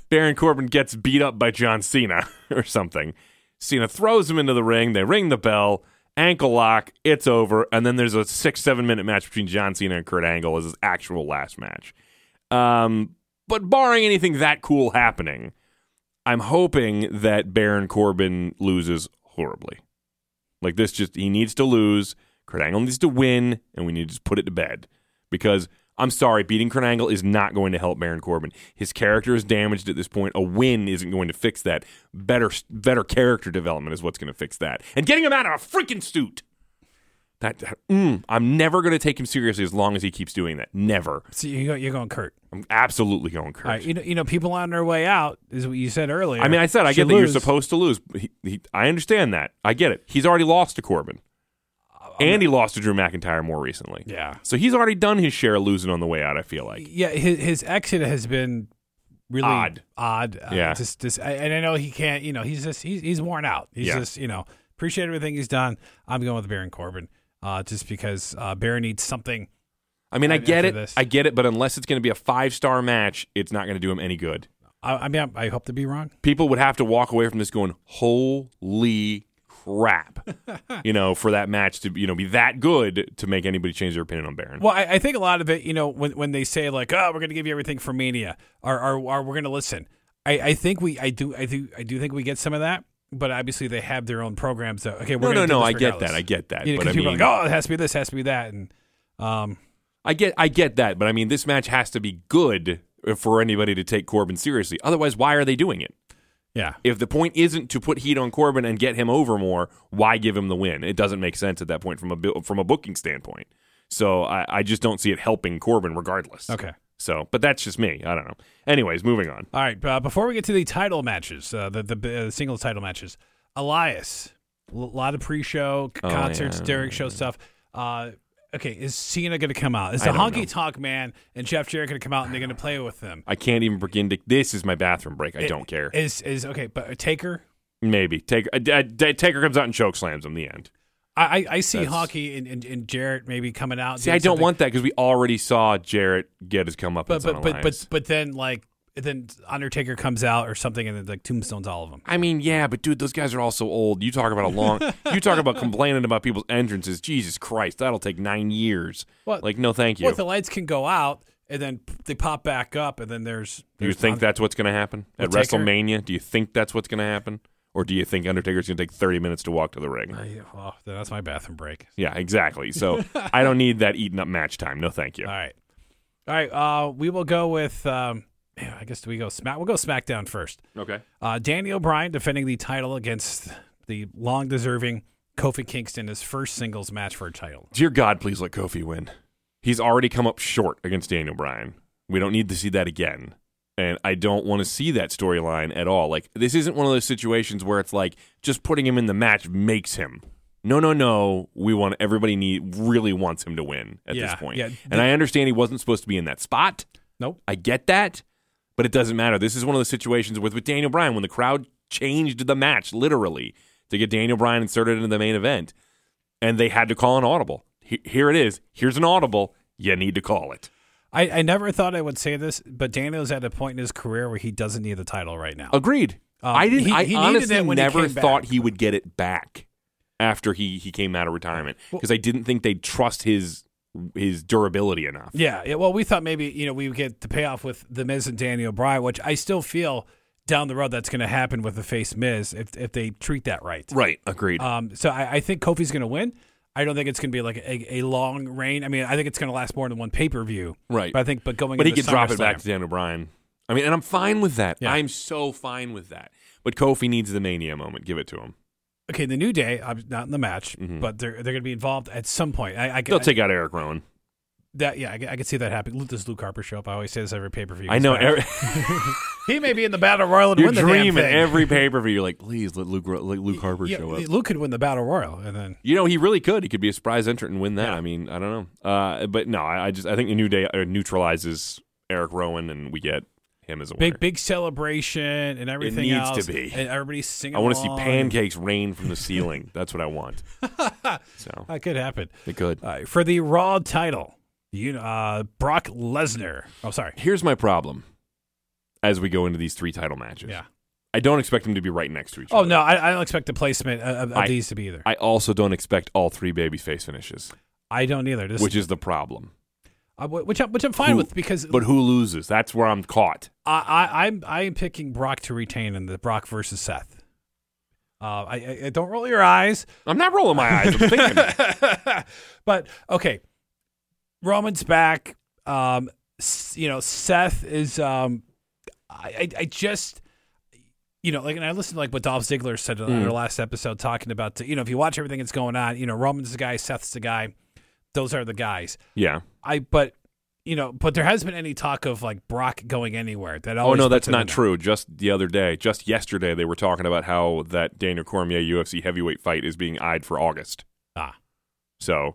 Baron Corbin gets beat up by John Cena or something. Cena throws him into the ring, they ring the bell, ankle lock, it's over, and then there's a 6-7 minute match between John Cena and Kurt Angle as his actual last match. Um but barring anything that cool happening, I'm hoping that Baron Corbin loses horribly. Like this, just he needs to lose. Kurt Angle needs to win, and we need to just put it to bed because I'm sorry, beating Kurt Angle is not going to help Baron Corbin. His character is damaged at this point. A win isn't going to fix that. Better, better character development is what's going to fix that, and getting him out of a freaking suit. That, that- mm, I'm never going to take him seriously as long as he keeps doing that. Never. So you go, you're going Kurt. I'm absolutely going Kurt. All right. You know, you know, people on their way out is what you said earlier. I mean, I said I should get that you're lose. supposed to lose. He, he, I understand that. I get it. He's already lost to Corbin, and he lost to Drew McIntyre more recently. Uh, Yeah. So he's already done his share of losing on the way out. I feel like Yeah. His, his exit has been really Odd. Odd. Uh, Yeah. Just, just, I- and I know he can't. You know, he's just he's he's worn out. He's Yeah. just you know appreciate everything he's done. I'm going with Baron Corbin, uh, just because uh, Baron needs something. I mean, I Right get after it. this. I get it. But unless it's going to be a five star match, it's not going to do him any good. I, I mean, I, I hope to be wrong. People would have to walk away from this going, "Holy crap, you know, for that match to you know be that good to make anybody change their opinion on Baron. Well, I, I think a lot of it, you know, when when they say like, "Oh, we're going to give you everything for Mania," or, or, or we're going to listen. I, I think we, I do, I do, I do think we get some of that. But obviously, they have their own programs. That, okay, we're no, no, gonna do no. this I get regardless. that. I get that. You know, but I 'cause people mean, are like, "Oh, it has to be this, has to be that," and um, I get, I get that. But I mean, this match has to be good for anybody to take Corbin seriously. Otherwise, why are they doing it? yeah, If the point isn't to put heat on Corbin and get him over more, why give him the win? It doesn't make sense at that point from a bu- from a booking standpoint. So I, I just don't see it helping Corbin regardless. okay. So, but that's just me. I don't know. Anyways, moving on. All right. Uh, before we get to the title matches, uh, the the uh, singles title matches, Elias, a lot of pre-show c- Oh, concerts, yeah. Derek show stuff. Uh, okay, is Cena going to come out? Is I the don't know. Honky Tonk Man and Jeff Jarrett going to come out and they're going to play with them? I can't even begin to. This is my bathroom break. I It- don't care. Is is okay? But Taker, Maybe Taker. Uh, uh, Taker comes out and choke slams him. The end. I I, I see That's- Honky and, and, and Jarrett maybe coming out. See, doing I don't something. want that because we already saw Jarrett get his come up. But but but but but then like then Undertaker comes out or something and then like tombstones all of them. I mean, yeah, but dude, those guys are all so old. You talk about a long. you talk about complaining about people's entrances. Jesus Christ, that'll take nine years. What- Like, no, thank you. Well, if the lights can go out and then p- they pop back up and then there's, do you there's think that's what's going to happen at Undertaker? WrestleMania? Do you think that's what's going to happen, or do you think Undertaker's going to take thirty minutes to walk to the ring? Uh, yeah, well, then that's my bathroom break. Yeah, exactly. So I don't need that eating up match time. No, thank you. All right. All right. Uh, we will go with, um, man, I guess do we go Smack? We'll go SmackDown first. Okay. Uh, Danny O'Brien defending the title against the long deserving Kofi Kingston, his first singles match for a title. Dear God, please let Kofi win. He's already come up short against Daniel Bryan. We don't need to see that again. And I don't want to see that storyline at all. Like, this isn't one of those situations where it's like just putting him in the match makes him. No, no, no. We want everybody need really wants him to win at Yeah, this point. yeah. And I understand he wasn't supposed to be in that spot. Nope. I get that, but it doesn't matter. This is one of those situations with, with Daniel Bryan when the crowd changed the match literally to get Daniel Bryan inserted into the main event, and they had to call an audible. He- here it is. Here's an audible. You need to call it. I, I never thought I would say this, but Daniel's at a point in his career where he doesn't need the title right now. Agreed. Um, I didn't. he- I he needed honestly it when he never came back. thought he would get it back after he he came out of retirement because I didn't think they'd trust his his durability enough. Yeah, yeah. Well, we thought maybe you know we would get the payoff with the Miz and Daniel Bryan, which I still feel down the road that's going to happen with the face Miz if if they treat that right. Right. Agreed. Um, so I, I think Kofi's going to win. I don't think it's going to be like a, a long reign. I mean, I think it's going to last more than one pay per view. Right. But I think, but going, But he into could drop it SummerSlam- back to Dan O'Brien. I mean, and I'm fine with that. Yeah. I'm so fine with that. But Kofi needs the mania moment. Give it to him. Okay, the New Day, I'm not in the match, Mm-hmm. but they're they're going to be involved at some point. I, I, They'll I take out Eric Rowan. that. Yeah, I, I could see that happening. Does Luke Harper show up? I always say this every pay per view. I know. Eric, he may be in the battle royal and your win the damn dream at thing. every pay per view, you're like, please let Luke Ro- let Luke Harper Yeah, show up. Luke could win the battle royal, and then You know, he really could. He could be a surprise entrant and win that. I mean, I don't know. Uh, but no, I, I just I think the New Day uh, neutralizes Eric Rowan, and we get him as a winner. big big celebration and everything needs else. to be. And everybody's singing. I want to see along. pancakes rain from the ceiling. That's what I want. So That could happen. it could. All right, for the Raw title, you uh, Brock Lesnar. Oh, sorry. Here's my problem. As we go into these three title matches, Yeah. I don't expect them to be right next to each Oh other. no, I, I don't expect the placement of, of I- these to be either. I I, also don't expect all three babyface finishes, don't either. This, which which, is the problem. I, which, I, which I'm fine Who- with because But who loses? That's where I'm caught. I, I, I'm I'm picking Brock to retain in the Brock versus Seth. Uh, I, I, I don't roll your eyes, I'm not rolling my eyes. I'm thinking. but okay, Roman's back. Um, S- you know, Seth is. Um, I, I, I just, you know, like, and I listened to like what Dolph Ziggler said on Mm. our last episode, talking about, you know, if you watch everything that's going on, you know, Roman's the guy, Seth's the guy, those are the guys. yeah. I, but. You know, but there hasn't been any talk of like Brock going anywhere. That Oh always no, puts that's him in not there. true. Just the other day, just yesterday, they were talking about how that Daniel Cormier UFC heavyweight fight is being eyed for August. Ah, So,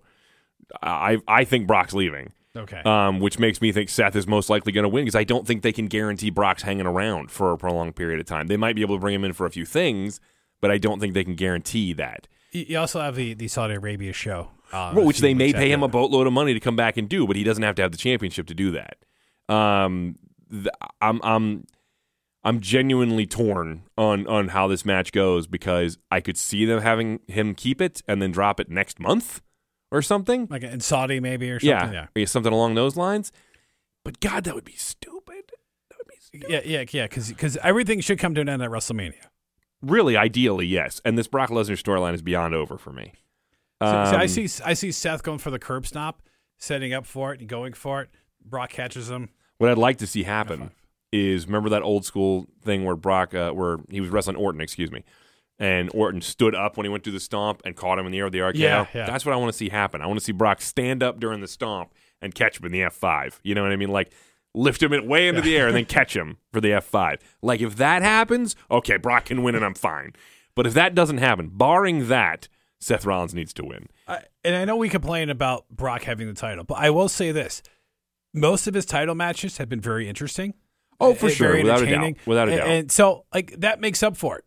I I think Brock's leaving, okay. um, which makes me think Seth is most likely going to win because I don't think they can guarantee Brock's hanging around for a prolonged period of time. They might be able to bring him in for a few things, but I don't think they can guarantee that. you you also have the, the Saudi Arabia show, uh, Well, which few they may weeks pay after him a that. boatload of money to come back and do, but he doesn't have to have the championship to do that. Um, th- I'm, I'm, I'm genuinely torn on on how this match goes because I could see them having him keep it and then drop it next month or something. Like in Saudi, maybe, or yeah. something. Yeah. yeah, something along those lines. But God, that would be stupid. That would be stupid. Yeah, yeah, yeah, because everything should come to an end at WrestleMania. Really, ideally, yes. And this Brock Lesnar storyline is beyond over for me. So, so I Um, see I see Seth going for the curb stop, setting up for it and going for it. Brock catches him. What I'd like to see happen is remember that old school thing where Brock, uh, where he was wrestling Orton, excuse me, and Orton stood up when he went through the stomp and caught him in the air with the RKO. Yeah, yeah. That's what I want to see happen. I want to see Brock stand up during the stomp and catch him in the F five. You know what I mean? Like lift him in- way into the air and then catch him for the F five. Like if that happens, okay, Brock can win and I'm fine. But if that doesn't happen, barring that, Seth Rollins needs to win. I, and I know we complain about Brock having the title, but I will say this: most of his title matches have been very interesting. Oh, for and sure, Eh, very without a doubt, entertaining. without a And- doubt. And so, like that makes up for it.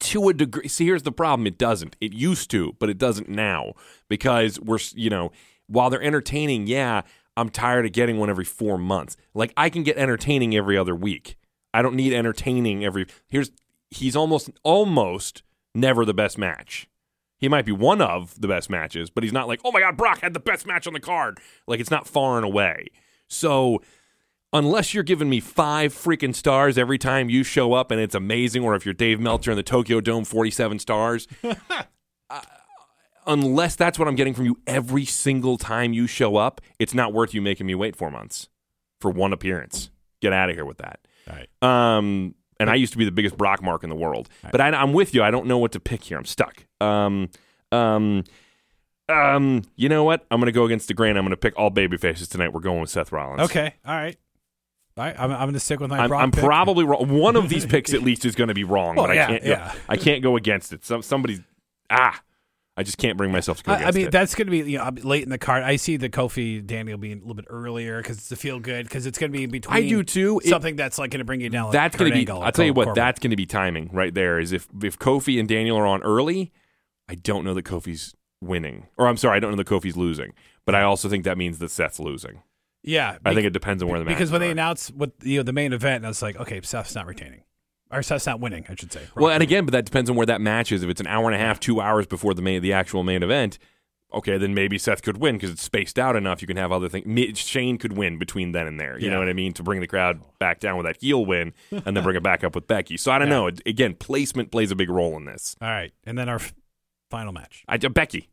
to a degree. See, here's the problem: it doesn't. It used to, but it doesn't now because we're s- you know while they're entertaining, yeah, I'm tired of getting one every four months. Like I can get entertaining every other week. I don't need entertaining every. Here's he's almost almost never the best match. He might be one of the best matches, but he's not like, oh my God, Brock had the best match on the card. Like, it's not far and away. So, unless you're giving me five freaking stars every time you show up and it's amazing, or if you're Dave Meltzer in the Tokyo Dome, 47 stars, uh, unless that's what I'm getting from you every single time you show up, it's not worth you making me wait four months for one appearance. Get out of here with that. Right. Um, and I used to be the biggest Brock mark in the world, but I, I'm with you. I don't know what to pick here. I'm stuck. Um, um, um, you know what? I'm gonna go against the grain. I'm gonna pick all baby faces tonight. We're going with Seth Rollins. Okay. All right. All right. I'm, I'm going to stick with my I'm, Brock. I'm pick. probably wrong. One of these picks, at least, is going to be wrong. Well, but yeah, I can't. yeah. I can't go against it. Some somebody's ah. I just can't bring myself to go I, I against mean, it. that's going to be you know late in the card. I see the Kofi Daniel being a little bit earlier because it's a feel good because it's going to be in between. do too. It- Something that's like going to bring you down. Like that's going to be. I'll tell you what. That's going to be timing right there. Is if if Kofi and Daniel are on early, I don't know that Kofi's winning, or I'm sorry, I don't know that Kofi's losing. But I also think that means that Seth's losing. yeah. I think it depends on where the match. because when they are. announced what you know the main event, I was like, okay, Seth's not retaining, or Seth's not winning, I should say. Well, and again, but that depends on where that match is. If it's an hour and a half, two hours before the main, the actual main event, okay, then maybe Seth could win because it's spaced out enough. You can have other things. Mi- Shane could win between then and there. You know Yeah. what I mean? To bring the crowd back down with that heel win and then bring it back up with Becky. So I don't know. Again, placement plays a big role in this. all right, and then our f- final match. I, uh, Becky,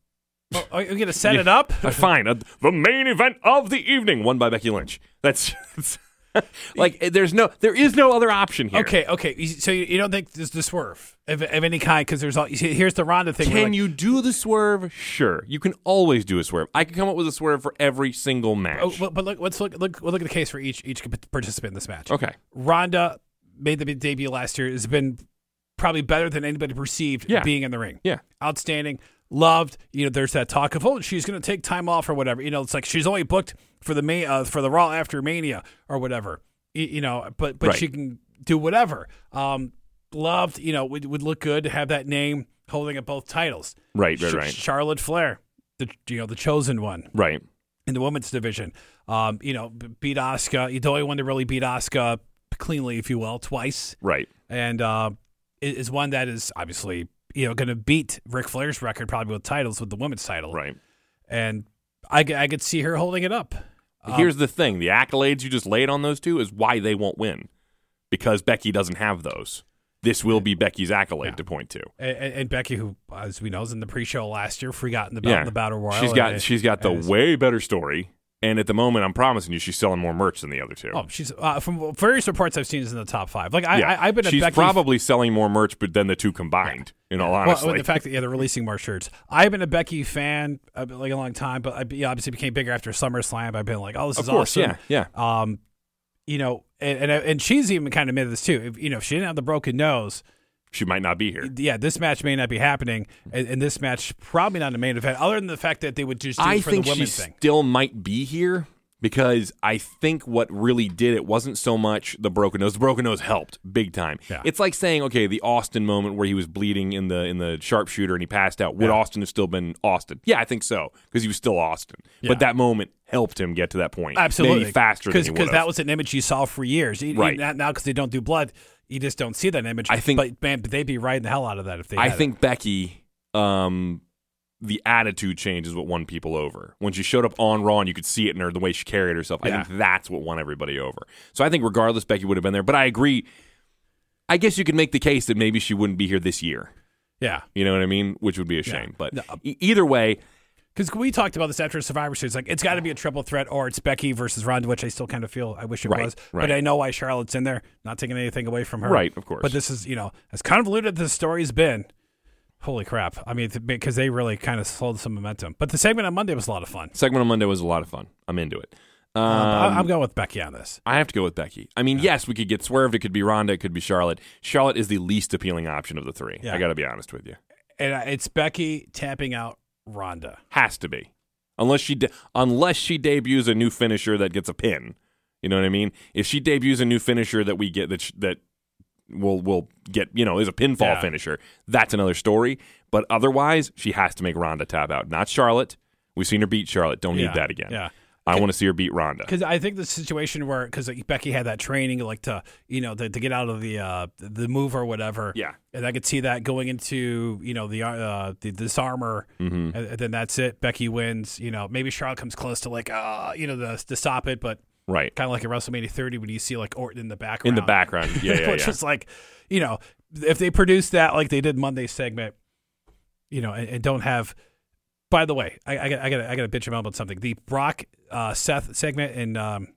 Oh, are you going to set it up? Uh, fine. Uh, the main event of the evening, won by Becky Lynch. That's. Like there's no, there is no other option here. Okay, okay. You- So you you don't think this the swerve of, of any kind? Because there's all you see, here's the Ronda thing. Can where, like, you do the swerve? Sure. You can always do a swerve. I can come up with a swerve for every single match. Oh, but, but look, let's look look we'll look at the case for each each participant in this match. okay. Ronda made the big debut last year. Has been probably better than anybody perceived Yeah. being in the ring. Yeah. outstanding, loved. You know, there's that talk of oh, she's going to take time off or whatever. You know, it's like she's only booked for the main uh, for the Raw after Mania or whatever. Y- You, know, but but Right. she can do whatever. Um, loved. You know, would would look good to have that name holding up both titles. Right, right, Sh- right. Charlotte Flair, the you know the chosen one Right. in the women's division. Um, you know, b- beat Asuka. The only one to really beat Asuka cleanly, if you will, twice, Right. and uh, i- is one that is obviously you know going to beat Ric Flair's record probably with titles with the women's title. Right. And I, c- I could see her holding it up. Um, Here's the thing: the accolades you just laid on those two is why they won't win, because Becky doesn't have those. This will be Becky's accolade to point to. a- a- and, Becky, who as we know is in the pre-show last year, forgot in the, Yeah. in the battle royal. she's got and- she's got the and is- way better story, and at the moment, I'm promising you, she's selling more merch than the other two. Oh, she's uh, from various reports I've seen is in the top five. Like I, Yeah. I I've been a she's Becky probably selling more merch, but than the two combined. In all honesty, Well, the fact that yeah, they're releasing more shirts. I've been a Becky fan uh, like a long time, but I yeah, obviously became bigger after SummerSlam. I've been like, oh, this of is course, awesome. yeah, yeah, Um, you know, and, and and she's even kind of admitted this too. If, you know, if she didn't have the broken nose, she might not be here. yeah, this match may not be happening, and, and this match probably not a main event. Other than the fact that they would just do I for think the she women's thing. still might be here because I think what really did it wasn't so much the broken nose. The broken nose helped big time. Yeah. It's like saying, okay, the Austin moment where he was bleeding in the in the sharpshooter and he passed out. Would Austin have still been Austin? Yeah, I think so because he was still Austin. Yeah. But that moment helped him get to that point. Absolutely maybe faster than he would because that was an image you saw for years. E- Right. even that- now because they don't do blood. You just don't see that image. I think- but man, but they'd be riding the hell out of that if they. I had it. think Becky, um, the attitude change is what won people over. When she showed up on Raw and you could see it in her, the way she carried herself, I Yeah. think that's what won everybody over. So I think regardless, Becky would have been there. But I agree. I guess you could make the case that maybe she wouldn't be here this year. Yeah, You know what I mean? Which would be a shame. But No. uh, e- either way, because we talked about this after Survivor Series. Like, it's got to be a triple threat, or it's Becky versus Ronda, which I still kind of feel I wish it Right, was. right. But I know why Charlotte's in there. Not taking anything away from her. Right, of course. But this is, you know, as convoluted as the story's been. Holy crap! I mean, th- because they really kind of slowed some momentum. But the segment on Monday was a lot of fun. segment on Monday was a lot of fun. I'm into it. Um, Um, I- I'm going with Becky on this. I have to go with Becky. I mean, yes, we could get swerved. It could be Ronda. It could be Charlotte. Charlotte is the least appealing option of the three. Yeah. I got to be honest with you. and uh, it's Becky tapping out Ronda. Has to be, unless she de- unless she debuts a new finisher that gets a pin. You know what I mean? If she debuts a new finisher that we get that sh- that will will get you know is a pinfall Yeah. finisher, that's another story. But otherwise, she has to make Ronda tap out, not Charlotte. We've seen her beat Charlotte. Don't Yeah, need that again. Yeah, I want to see her beat Ronda. because I think the situation where because Becky had that training, like to you know to, to get out of the uh, the move or whatever. Yeah. and I could see that going into you know the uh, the disarmer, Mm-hmm. and, and then that's it. Becky wins. You know, maybe Charlotte comes close to like uh you know the to stop it, but Right. kind of like in WrestleMania 30 when you see like Orton in the In background. the background. Yeah, yeah, which yeah. is like, you know, if they produce that like they did Monday's segment, you know, and, and don't have. By the way, I, I got I got I got to bitch him out about something. The Brock uh, Seth segment and um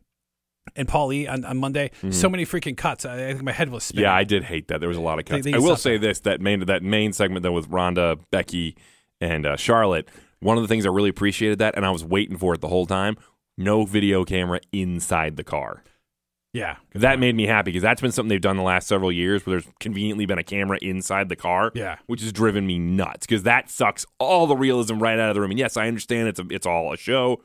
and Paul E on, on Monday. So many freaking cuts. I, I think my head was spinning. Mm-hmm. Yeah, I did hate that. There was a lot of cuts. They- they I will suck. say this: that main that main segment though with Rhonda, Becky, and uh, Charlotte. One of the things I really appreciated that, and I was waiting for it the whole time. No video camera inside the car. yeah, That made me happy because that's been something they've done the last several years, where there's conveniently been a camera inside the car. Yeah. which has driven me nuts because that sucks all the realism right out of the room. And yes, I understand it's a, it's all a show,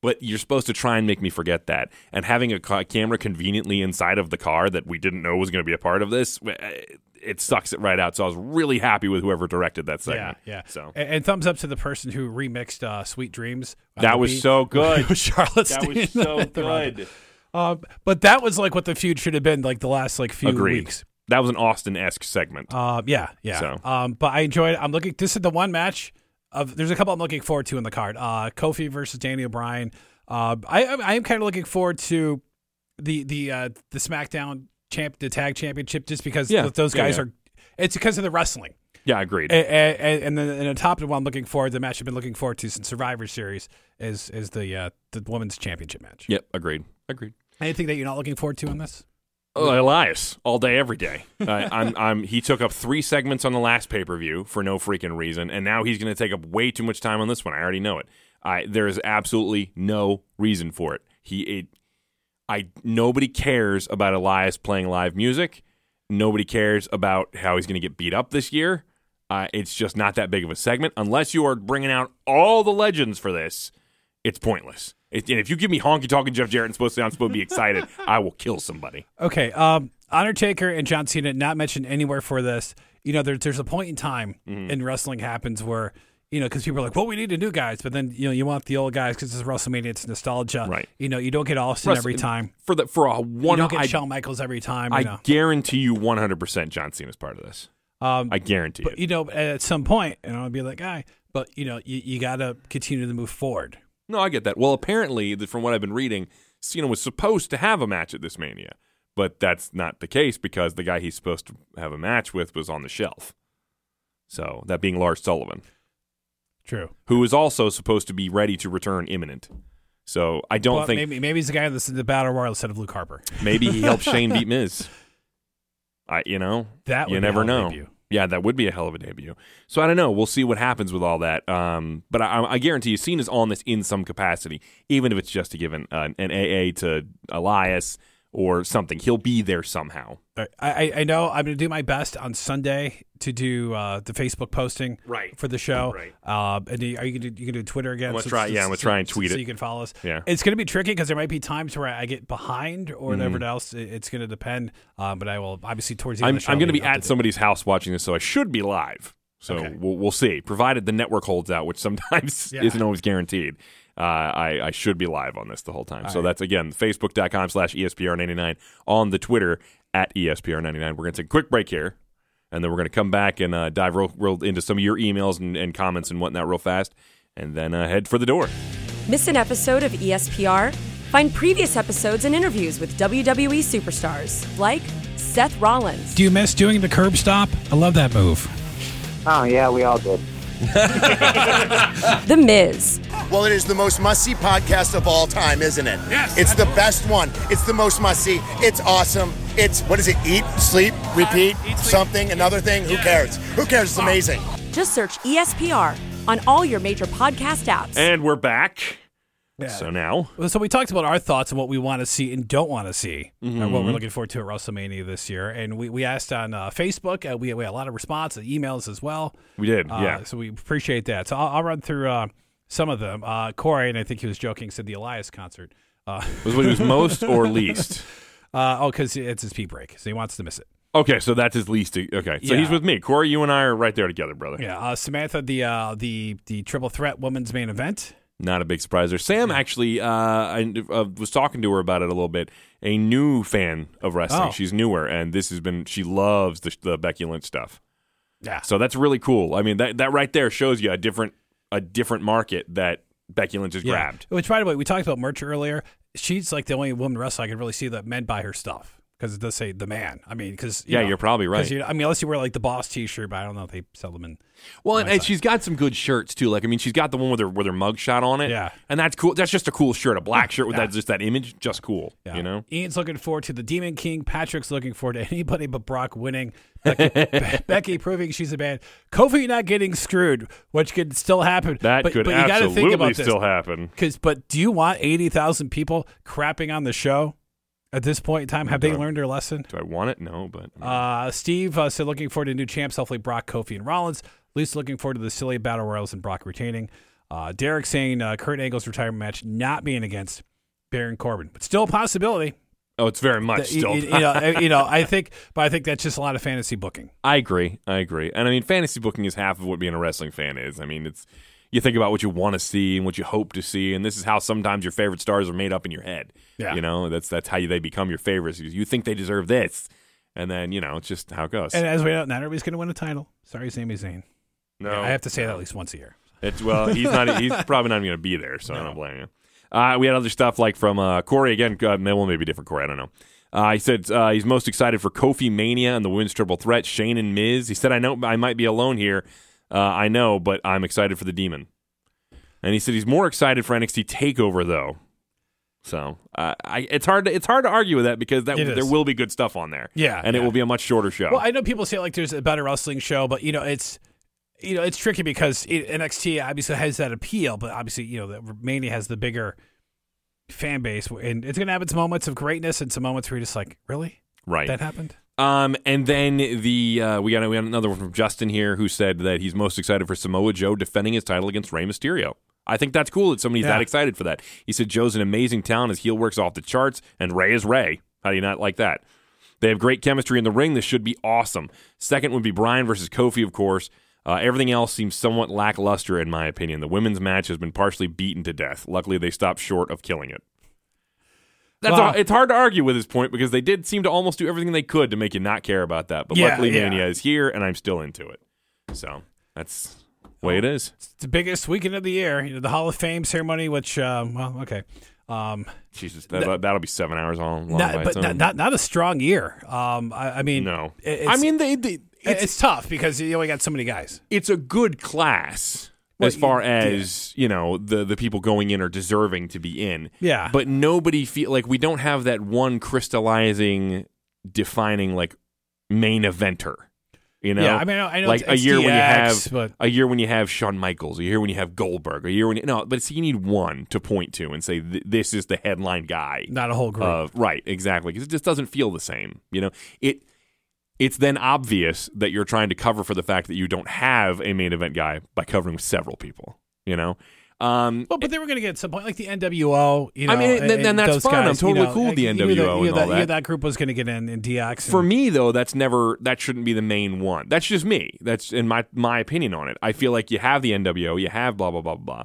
but you're supposed to try and make me forget that. And having a ca- camera conveniently inside of the car that we didn't know was going to be a part of this, w- eh, it sucks it right out. So I was really happy with whoever directed that segment. Yeah, yeah. So. and, and thumbs up to the person who remixed uh, "Sweet Dreams." on That the was beat so good. with Charlotte. That was Stein so at the Ronda. good. Um, but that was like what the feud should have been like the last like few Agreed. weeks. That was an Austin esque segment. Um, yeah, yeah. So. Um, but I enjoyed. I'm looking. This is the one match of. There's a couple I'm looking forward to in the card. Uh, Kofi versus Daniel Bryan. Uh, I I I am kind of looking forward to the the uh, the SmackDown champ, the tag championship, just because Yeah, those yeah, guys yeah. are. It's because of the wrestling. yeah, agreed. And, and, and then and on top of what I'm looking forward, the match I've been looking forward to since Survivor Series is is the uh, the women's championship match. yep, agreed. Agreed. Anything that you're not looking forward to in this? Oh, Elias, all day, every day. I I'm, I'm, he took up three segments on the last pay per view for no freaking reason, and now he's going to take up way too much time on this one. I already know it. I there is absolutely no reason for it. He, it, I nobody cares about Elias playing live music. Nobody cares about how he's going to get beat up this year. Uh, it's just not that big of a segment unless you are bringing out all the legends for this. It's pointless. It, and if you give me honky talking Jeff Jarrett and supposed to, I'm supposed to be excited, I will kill somebody. Okay. Um, Undertaker and John Cena not mentioned anywhere for this. You know, there, there's a point in time Mm-hmm. in wrestling happens where you know because people are like, "Well, we need the new guys," but then you know you want the old guys because it's WrestleMania, it's nostalgia. Right. You know, you don't get Austin Russ, every time. for the for a You one. don't get I, Shawn Michaels every time. You I know. guarantee you one hundred percent John Cena's part of this. Um, I guarantee but it. you know, at some point, and I'll be like, "Guy," but you know, you, you got to continue to move forward. No, I get that. Well, apparently, th- from what I've been reading, Cena was supposed to have a match at this Mania, but that's not the case because the guy he's supposed to have a match with was on the shelf. So that being Lars Sullivan, True. who is also supposed to be ready to return imminent. So I don't Well, think maybe maybe he's the guy that's in the battle royal instead of Luke Harper. Maybe he helped Shane beat Miz. I, you know, That would you be a never hell of a know. debut. Yeah, that would be a hell of a debut. So I don't know. We'll see what happens with all that. Um, but I, I guarantee you, Cena's on this in some capacity, even if it's just to give an, uh, an AA to Elias or something. He'll be there somehow. All right. I, I- I know I'm going to do my best on Sunday to do uh, the Facebook posting Right. for the show. Right. Um, and do- are you going to you gonna do Twitter again? I'm gonna try- yeah, I'm gonna try and tweet so it. you can follow us. Yeah. It's going to be tricky because there might be times where I get behind or whatever else. It- It's going to depend. Um, but I will obviously towards the Mm. I'm, end of the show. I'm going to be up at somebody's house watching this, so I should be live. So Okay. we'll, we'll see. Provided the network holds out, which sometimes Yeah. isn't always guaranteed, uh, I, E I should be live on this the whole time. so that's again facebook.com slash ESPR99 on the Twitter at E ESPR99. We're going to take a quick break here, and then we're going to come back and uh, dive real, real into some of your emails and, and comments and whatnot real fast, and then uh, head for the door. Miss an episode of E ESPR? Find previous episodes and interviews with WWE superstars like Seth Rollins, Do you miss doing the curb stop? I love that move. Oh yeah, we all did. The Miz, Well, it is the most must see podcast of all time, isn't it? Yes. It's the best one. It's the most must see. It's awesome. It's, what is it? Eat, sleep, repeat, something, another thing. Who cares? Who cares? It's amazing. just search E ESPR on all your major podcast apps. And we're back. So now, Well, So we talked about our thoughts on what we want to see and don't want to see, and Mm-hmm. what we're looking forward to at WrestleMania this year. And we, we asked on uh, Facebook. Uh, we, we had a lot of response, uh, emails as well. we did. Uh, yeah. So we appreciate that. So I'll, I'll run through uh, some of them. Uh, Corey, and I think he was joking, said the Elias concert. Uh, Was what he was most or least? uh, oh, because it's his pee break, so he wants to miss it. Okay, so that's his least. Okay, so Yeah. he's with me. Corey, you and I are right there together, brother. Yeah. Uh, Samantha, the uh, the the triple threat women's main event. Not a big surprise there. Sam actually, uh, I uh, was talking to her about it a little bit. A new fan of wrestling. Oh. She's newer, and this has been. She loves the, the Becky Lynch stuff. Yeah. So that's really cool. I mean, that that right there shows you a different a different market that Becky Lynch has grabbed. Which, by the way, we talked about merch earlier. She's like the only woman wrestler I could really see that men buy her stuff because it does say the man. I mean, because Yeah, you're probably right. I mean, unless you wear like the boss T-shirt, but I don't know if they sell them in. Well, and, and she's got some good shirts too. Like, I mean, she's got the one with her with her mug shot on it. Yeah. and that's cool. That's just a cool shirt, a black shirt with that just that image, just cool. You know, uh, Ian's looking forward to the Demon King. Patrick's looking forward to anybody but Brock winning. Becky, Be- Becky proving she's a man. Kofi not getting screwed, which could still happen. that but, could but you gotta absolutely think about this. still happen. Because, but do you want eighty thousand people crapping on the show at this point in time? Have they learned their lesson? Do I want it? No, but Uh, Steve uh, said, looking forward to new champs, hopefully Brock, Kofi, and Rollins. Least looking forward to the silly battle royals and Brock retaining. Uh, Derek saying uh, Kurt Angle's retirement match not being against Baron Corbin, but still a possibility. oh, it's very much That- still. you, you know, I- you know, I think, but I think that's just a lot of fantasy booking. I agree. I agree. And I mean, fantasy booking is half of what being a wrestling fan is. I mean, it's you think about what you want to see and what you hope to see, and this is how sometimes your favorite stars are made up in your head. Yeah. You know, that's that's how they become your favorites. You think they deserve this, and then you know it's just how it goes. And as we know, not everybody's going to win a title. Sorry, Sami Zayn. no, I have to say that at least once a year. It's well, he's not. He's probably not even going to be there, so I don't blame you. Uh, we had other stuff like from uh, Corey again. Uh, may- well, maybe different Corey. I don't know. Uh, he said uh, he's most excited for Kofi Mania and the women's triple threat, Shane and Miz. He said, "I know I might be alone here. Uh, I know, but I'm excited for the Demon." And he said he's more excited for NXT Takeover though. So uh, I, it's hard. To, it's hard to argue with that because that It is. there will be good stuff on there. Yeah, and it yeah. will be a much shorter show. Well, I know people say like there's a better wrestling show, but you know it's you know it's tricky because E, it, NXT obviously has that appeal, but obviously you know the Mania has the bigger fan base, and it's gonna have its moments of greatness and some moments where you're just like, really, right. that happened? Um, and then the uh, we got we got another one from Justin here who said that he's most excited for Samoa Joe defending his title against Rey Mysterio. I think that's cool that somebody's Yeah. that excited for that. He said Joe's an amazing talent. His heel works off the charts, and Ray is Ray. How do you not like that? They have great chemistry in the ring. This should be awesome. Second would be Brian versus Kofi, of course. Uh, everything else seems somewhat lackluster, in my opinion. The women's match has been partially beaten to death. Luckily, they stopped short of killing it. That's Wow. all, it's hard to argue with his point because they did seem to almost do everything they could to make you not care about that. But Yeah, luckily, yeah. Mania is here, and I'm still into it. So that's the way it is. It's the biggest weekend of the year, you know, the Hall of Fame ceremony, which um, well, okay, um, Jesus, that, that'll be seven hours on. Long by not, its but own. not, not not a strong year. Um, I, I mean, no, it- it's, I mean they, they it's, it's, it's tough because you only got so many guys. it's a good class as Well, far yeah. as you know the the people going in are deserving to be in. Yeah. but nobody feel like we don't have that one crystallizing, defining like main eventer. You know, Yeah, I mean, I know- I know like it's- a it's year when you DX, have but- a year when you have Shawn Michaels, a year when you have Goldberg, a year when you, no, but see, you need one to point to and say th- this is the headline guy. Not a whole group. Of, Uh, right, exactly. Because it just doesn't feel the same. You know, it it's then obvious that you're trying to cover for the fact that you don't have a main event guy by covering with several people. You know, um, Well, but they were going to get some point, like the NWO. You know, I mean, and, then- then that's those fine. I'm guys, you totally know, cool with the you knew NWO you knew and all you knew that. that group was going to get in in DX. For and- me though, that's never that shouldn't be the main one. That's just me. That's in my my opinion on it. I feel like you have the NWO, you have blah blah blah blah. blah.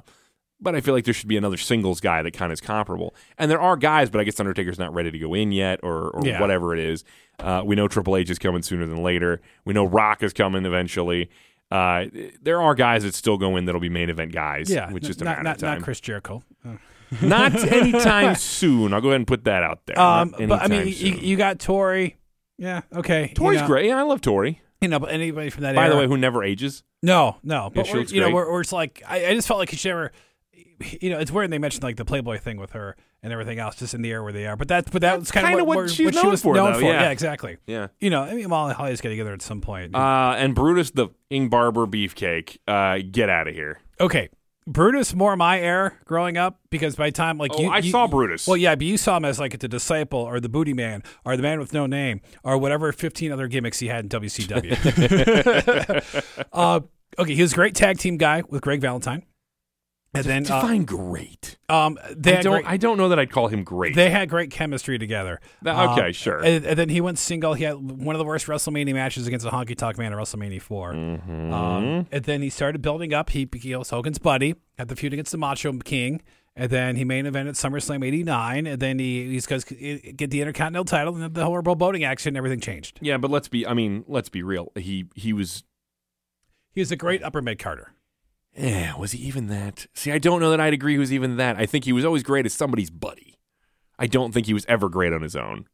But I feel like there should be another singles guy that kind of is comparable. And there are guys, but I guess Undertaker's not ready to go in yet or, or Yeah. whatever it is. Uh, we know Triple H is coming sooner than later. We know Rock is coming eventually. Uh, there are guys that still go in that'll be main event guys, Yeah, which n- is a not matter not, of time. not Chris Jericho. Not anytime soon. I'll go ahead and put that out there. Uh, Not Um, but I mean, anytime you, soon. you got Tori. Yeah, okay. you Tori's know. great. Yeah, I love Tori. You know, but anybody from that By era. the way, who never ages. no, no. But she we're, looks you know, great. we're, we're just like I, I just felt like she never. You know, it's weird they mentioned like the Playboy thing with her and everything else, just in the air where they are. But that, but that was kind kinda of what where- she's what she known was for, known though, for. yeah. exactly. Yeah. You know, I mean, Molly and Holly's got to get there at some point. Uh, and Brutus the Ing Barber Beefcake. Uh, get out of here. okay, Brutus more my air growing up because by the time like Oh, you, I you- saw Brutus. Well, yeah, but you saw him as like the disciple or the booty man or the man with no name or whatever 15 other gimmicks he had in WCW. uh, okay, he was a great tag team guy with Greg Valentine. And then uh, Define great. um, I they, had don't. great, I don't know that I'd call him great. they had great chemistry together. Th- Um, okay, sure. And, and then he went single. He had one of the worst WrestleMania matches against a honky tonk man at WrestleMania 4. Mm-hmm. Um, and then he started building up. He, he was Hogan's buddy, had the feud against the Macho King. And then he main evented SummerSlam 89. And then he, he's going to get the Intercontinental title. And then the horrible boating accident, everything changed. yeah, but let's be. I mean, let's be real. He he was. He was a great upper mid Carter. Yeah, was he even that? See, I don't know that I'd agree. He was even that. I think he was always great as somebody's buddy. I don't think he was ever great on his own,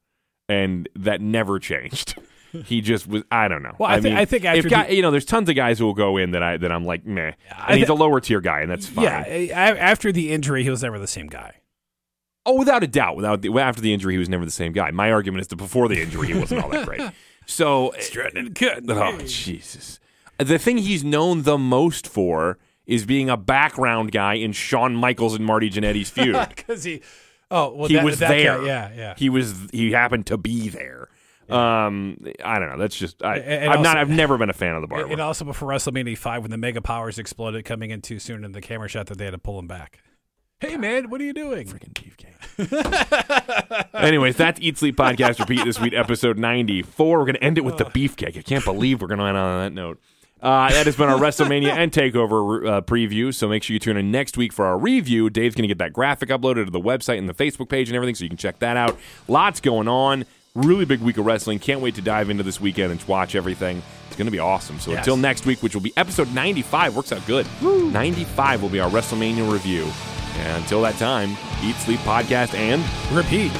and that never changed. He just was. I don't know. Well, I thi- mean, I think if after guy, the- you know, there's tons of guys who will go in that I that I'm like meh, and I he's thi- a lower tier guy, and that's fine. Yeah. a- a- After the injury, he was never the same guy. Oh, without a doubt. Without the, after the injury, he was never the same guy. My argument is that before the injury, he wasn't all that great. So, uh, Stretton Cotton. oh Jesus! The thing he's known the most for is being a background guy in Shawn Michaels and Marty Jannetty's feud. Because he, oh, well, he that- was that guy, there. yeah, yeah. He was. He happened to be there. Um, I don't know. That's just. I, And- and I'm not. also- I've never been a fan of the barber. And also before WrestleMania 5, when the mega powers exploded coming in too soon and the camera shot that they had to pull him back. Hey, man, what are you doing? Anyways, that's Eat Sleep Podcast Repeat this week, episode 94. We're going to end it with the beefcake. I can't believe we're going to end on that note. Uh, that has been our WrestleMania and TakeOver uh, preview. So make sure you tune in next week for our review. Dave's going to get that graphic uploaded to the website and the Facebook page and everything, so you can check that out. Lots going on. Really big week of wrestling. Can't wait to dive into this weekend and to watch everything. It's going to be awesome. So Yes. until next week, which will be episode 95, works out good. 95 will be our WrestleMania review. And until that time, Eat Sleep Podcast and Repeat.